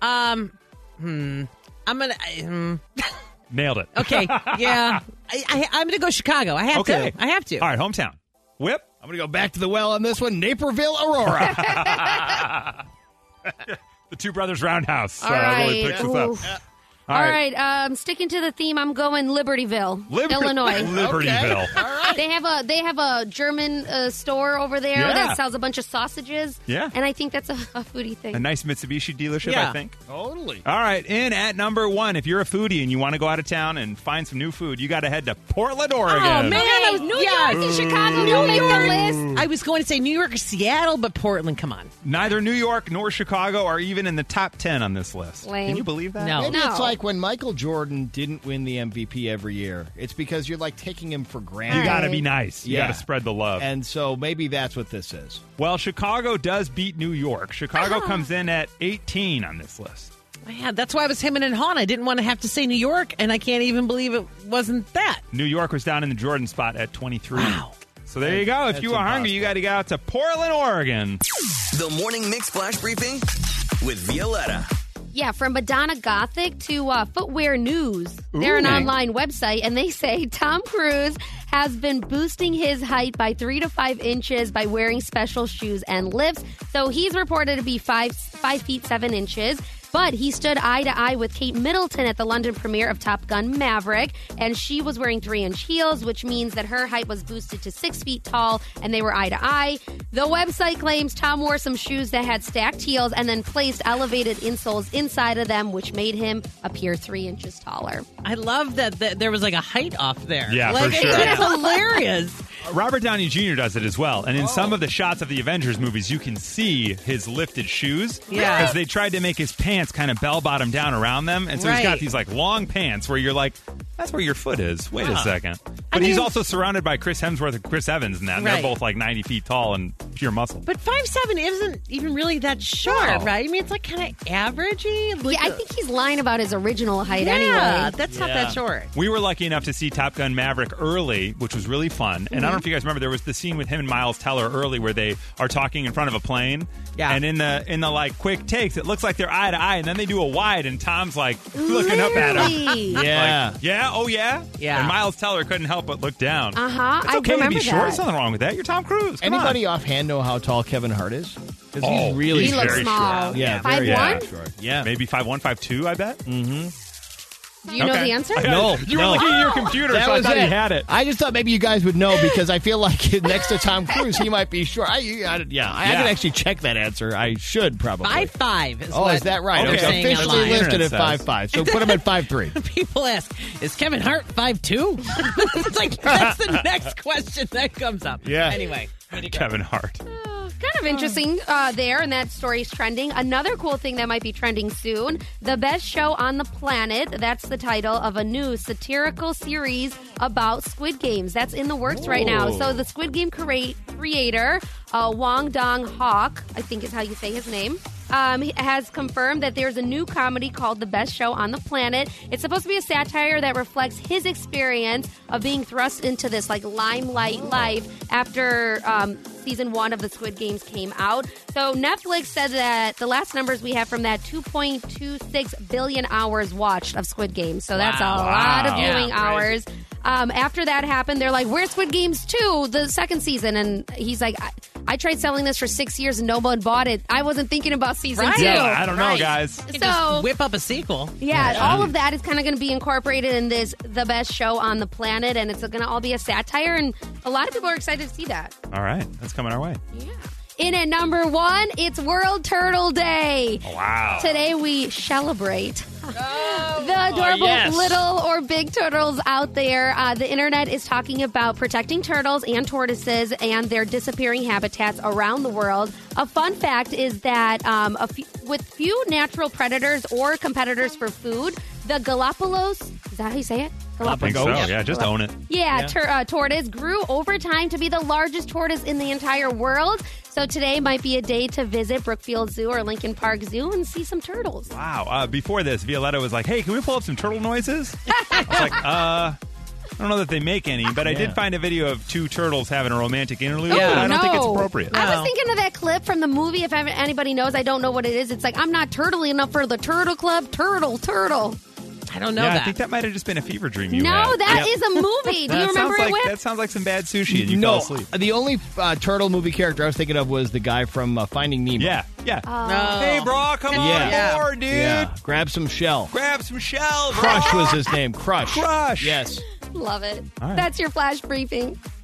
Speaker 2: Um, hmm. I'm gonna. I- hmm.
Speaker 1: Nailed it.
Speaker 2: Okay.
Speaker 1: *laughs*
Speaker 2: Yeah. I, I, I'm gonna go Chicago. I have
Speaker 1: Okay.
Speaker 2: to. I have to.
Speaker 1: All right, hometown. Whip.
Speaker 4: I'm going to go back to the well on this one. Naperville, Aurora.
Speaker 1: The Two Brothers Roundhouse
Speaker 3: All
Speaker 1: uh,
Speaker 3: right.
Speaker 1: really picks us up.
Speaker 3: Oof.
Speaker 1: All
Speaker 3: All
Speaker 1: right.
Speaker 3: right. um, sticking to the theme, I'm going Libertyville,
Speaker 1: Liber- *laughs*
Speaker 3: Illinois.
Speaker 1: Libertyville.
Speaker 3: they have a they have a German uh, store over there
Speaker 1: Yeah.
Speaker 3: that sells a bunch of sausages.
Speaker 1: Yeah.
Speaker 3: and I think that's a, *laughs* a foodie thing.
Speaker 1: A nice Mitsubishi dealership, I
Speaker 2: Yeah.
Speaker 1: think.
Speaker 4: totally.
Speaker 1: All right, in at number one, if you're a foodie and you want to go out of town and find some new food, you got to head to Portland, Oregon.
Speaker 2: Oh man,
Speaker 3: Okay,
Speaker 2: I was
Speaker 3: New
Speaker 2: yeah.
Speaker 3: York
Speaker 1: Mm.
Speaker 3: and Chicago don't make the list.
Speaker 2: I was going to say New York or Seattle, but Portland. Come on.
Speaker 1: Neither New York nor Chicago are even in the top 10 on this list.
Speaker 3: Lame.
Speaker 1: Can you believe that?
Speaker 2: No.
Speaker 4: Maybe it's
Speaker 3: No.
Speaker 4: like when Michael Jordan didn't win the MVP every year. It's because you're like taking him for granted.
Speaker 1: You got to be nice. You
Speaker 4: Yeah.
Speaker 1: got to spread the love.
Speaker 4: And so maybe that's what this is.
Speaker 1: well, Chicago does beat New York.
Speaker 2: Oh.
Speaker 1: Chicago comes in at 18 on this list.
Speaker 2: Yeah, that's why I was hemming and hawing. I didn't want to have to say New York, and I can't even believe it wasn't that.
Speaker 1: New York was down in the Jordan spot at 23.
Speaker 2: Wow.
Speaker 1: So there you go. If
Speaker 4: That's
Speaker 1: you are hungry,
Speaker 4: impossible.
Speaker 1: you got to go out to Portland, Oregon.
Speaker 5: The Morning Mix Flash Briefing with Violetta.
Speaker 3: Yeah, from Madonna Gothic to uh, Footwear News. They're an
Speaker 1: Ooh.
Speaker 3: online website, and they say *laughs* Tom Cruise has been boosting his height by three to five inches by wearing special shoes and lifts. So he's reported to be five five feet seven inches. But he stood eye to eye with Kate Middleton at the London premiere of Top Gun Maverick, and she was wearing three inch heels, which means that her height was boosted to six feet tall, and they were eye to eye. The website claims Tom wore some shoes that had stacked heels and then placed elevated insoles inside of them, which made him appear three inches taller.
Speaker 2: I love that, that there was like a height off there.
Speaker 1: Yeah, for
Speaker 2: like,
Speaker 1: sure.
Speaker 2: That's hilarious.
Speaker 1: Robert Downey Jr. does it as well. And in
Speaker 2: Oh.
Speaker 1: some of the shots of the Avengers movies, you can see his lifted shoes.
Speaker 2: Yeah.
Speaker 1: Because they tried to make his pants kind of bell bottom down around them. And so he's got
Speaker 2: Right.
Speaker 1: these like long pants where you're like, that's where your foot is. Wait a second. But he's
Speaker 2: mean-
Speaker 1: also surrounded by Chris Hemsworth and Chris Evans and that. And
Speaker 2: Right.
Speaker 1: They're both like 90 feet tall and pure muscle.
Speaker 2: But five seven isn't even really that short,
Speaker 1: No.
Speaker 2: right? I mean, it's like kind of averagey. Like,
Speaker 3: Yeah, I think he's lying about his original height
Speaker 2: yeah,
Speaker 3: anyway.
Speaker 2: that's not that short.
Speaker 1: We were lucky enough to see Top Gun Maverick early, which was really fun. And I don't know if you guys remember, there was the scene with him and Miles Teller early where they are talking in front of a plane.
Speaker 2: Yeah.
Speaker 1: And in the in the like quick takes, it looks like they're eye to eye, and then they do a wide, and Tom's like looking up at him.
Speaker 3: Literally.
Speaker 4: Yeah.
Speaker 1: Like, yeah, oh yeah,
Speaker 2: Yeah.
Speaker 1: And Miles Teller couldn't help but look down.
Speaker 3: *laughs* Uh-huh,
Speaker 1: It's
Speaker 3: I
Speaker 1: okay to be
Speaker 3: remember
Speaker 1: short.
Speaker 3: that.
Speaker 1: There's nothing wrong with that. You're Tom Cruise. Come on.
Speaker 4: Anybody offhand know how tall Kevin Hart is? 'Cause
Speaker 1: Oh,
Speaker 4: he's really
Speaker 3: he
Speaker 1: He's
Speaker 3: looks
Speaker 1: very
Speaker 3: small.
Speaker 1: short.
Speaker 4: Yeah,
Speaker 3: five
Speaker 4: very
Speaker 3: one.
Speaker 4: short. Yeah.
Speaker 1: Maybe five one, five two. I bet. Mm.
Speaker 3: Do you know
Speaker 1: Okay. *laughs*
Speaker 3: the answer?
Speaker 4: No,
Speaker 1: you
Speaker 4: no.
Speaker 1: were looking at your computer,
Speaker 4: That
Speaker 1: so I
Speaker 4: was
Speaker 1: thought
Speaker 4: it.
Speaker 1: you had it.
Speaker 4: I just thought maybe you guys would know because I feel like *laughs* next to Tom Cruise, he might be short. I, you- I- yeah, I, I
Speaker 1: Yeah.
Speaker 4: could actually check that answer. I should probably.
Speaker 2: Five five is
Speaker 4: oh,
Speaker 2: what
Speaker 4: is that right?
Speaker 1: Okay.
Speaker 2: they're
Speaker 4: It's
Speaker 2: saying
Speaker 4: officially
Speaker 2: online.
Speaker 1: list-
Speaker 4: listed
Speaker 1: Internet
Speaker 4: at
Speaker 1: says.
Speaker 4: five five. So put him at five three.
Speaker 2: *laughs* People ask, "Is Kevin Hart five two? *laughs* it's like that's the next question that comes up.
Speaker 4: Yeah.
Speaker 2: Anyway, way to go.
Speaker 1: Kevin Hart.
Speaker 3: Kind of interesting uh, there, and that story's trending. Another cool thing that might be trending soon The Best Show on the Planet. That's the title of a new satirical series about Squid Games. That's in the works right now. So, the Squid Game crea- creator, uh, Wong Dong Hawk, I think is how you say his name. Um, he has confirmed that there's a new comedy called The Best Show on the Planet. It's supposed to be a satire that reflects his experience of being thrust into this like limelight life after um, season one of the Squid Games came out. So Netflix said that the last numbers we have from that 2.26 billion hours watched of Squid Games. So that's
Speaker 2: Wow.
Speaker 3: a lot of
Speaker 2: Wow.
Speaker 3: viewing
Speaker 2: Yeah, crazy.
Speaker 3: hours. Um, after that happened, they're like, "Where's Squid Games 2, the second season?" And he's like, I, "I tried selling this for six years and no one bought it. I wasn't thinking about season
Speaker 2: Right.
Speaker 3: two.
Speaker 1: Yeah, I don't know, guys.
Speaker 2: You can
Speaker 3: So
Speaker 2: just whip up a sequel.
Speaker 3: yeah, all of that is kind of going to be incorporated in this the best show on the planet, and it's going to all be a satire, and a lot of people are excited to see that.
Speaker 1: All right, that's coming our way.
Speaker 3: Yeah. In at number one, it's World Turtle Day.
Speaker 1: Wow.
Speaker 3: Today we celebrate the adorable
Speaker 4: yes.
Speaker 3: little or big turtles out there. Uh, the internet is talking about protecting turtles and tortoises and their disappearing habitats around the world. A fun fact is that um, a few, with few natural predators or competitors for food, the Galapagos, is that how you say it?
Speaker 1: I think so. Yeah, just own it.
Speaker 3: Yeah, Tur- uh, tortoise grew over time to be the largest tortoise in the entire world. So today might be a day to visit Brookfield Zoo or Lincoln Park Zoo and see some turtles.
Speaker 1: Wow. Uh, before this, Violetta was like, hey, can we pull up some turtle noises? I was like, uh, I don't know that they make any, but I did find a video of two turtles having a romantic interlude.
Speaker 2: Yeah.
Speaker 1: but I don't think it's
Speaker 3: No.
Speaker 1: appropriate.
Speaker 3: I
Speaker 2: No.
Speaker 3: was thinking of that clip from the movie. If ever- anybody knows, I don't know what it is. It's like I'm not turtly enough for the Turtle Club. Turtle, turtle.
Speaker 2: I don't know
Speaker 1: yeah,
Speaker 2: that.
Speaker 1: I think that might have just been a fever dream you had.
Speaker 3: No, that
Speaker 1: Yep.
Speaker 3: is a movie. Do you
Speaker 1: That
Speaker 3: remember
Speaker 1: sounds
Speaker 3: it?
Speaker 1: like
Speaker 3: Whip?
Speaker 1: that sounds like some bad sushi, and you
Speaker 4: no,
Speaker 1: fell asleep.
Speaker 4: the only uh, turtle movie character I was thinking of was the guy from uh, Finding Nemo.
Speaker 1: Yeah, yeah.
Speaker 2: No.
Speaker 1: Hey, bro, come on
Speaker 4: Yeah.
Speaker 1: board, dude.
Speaker 4: Yeah. Grab some shell.
Speaker 1: Grab some shell. bro.
Speaker 4: Crush was his name. Crush.
Speaker 1: Crush.
Speaker 4: Yes.
Speaker 3: Love it.
Speaker 1: right.
Speaker 3: That's your flash briefing.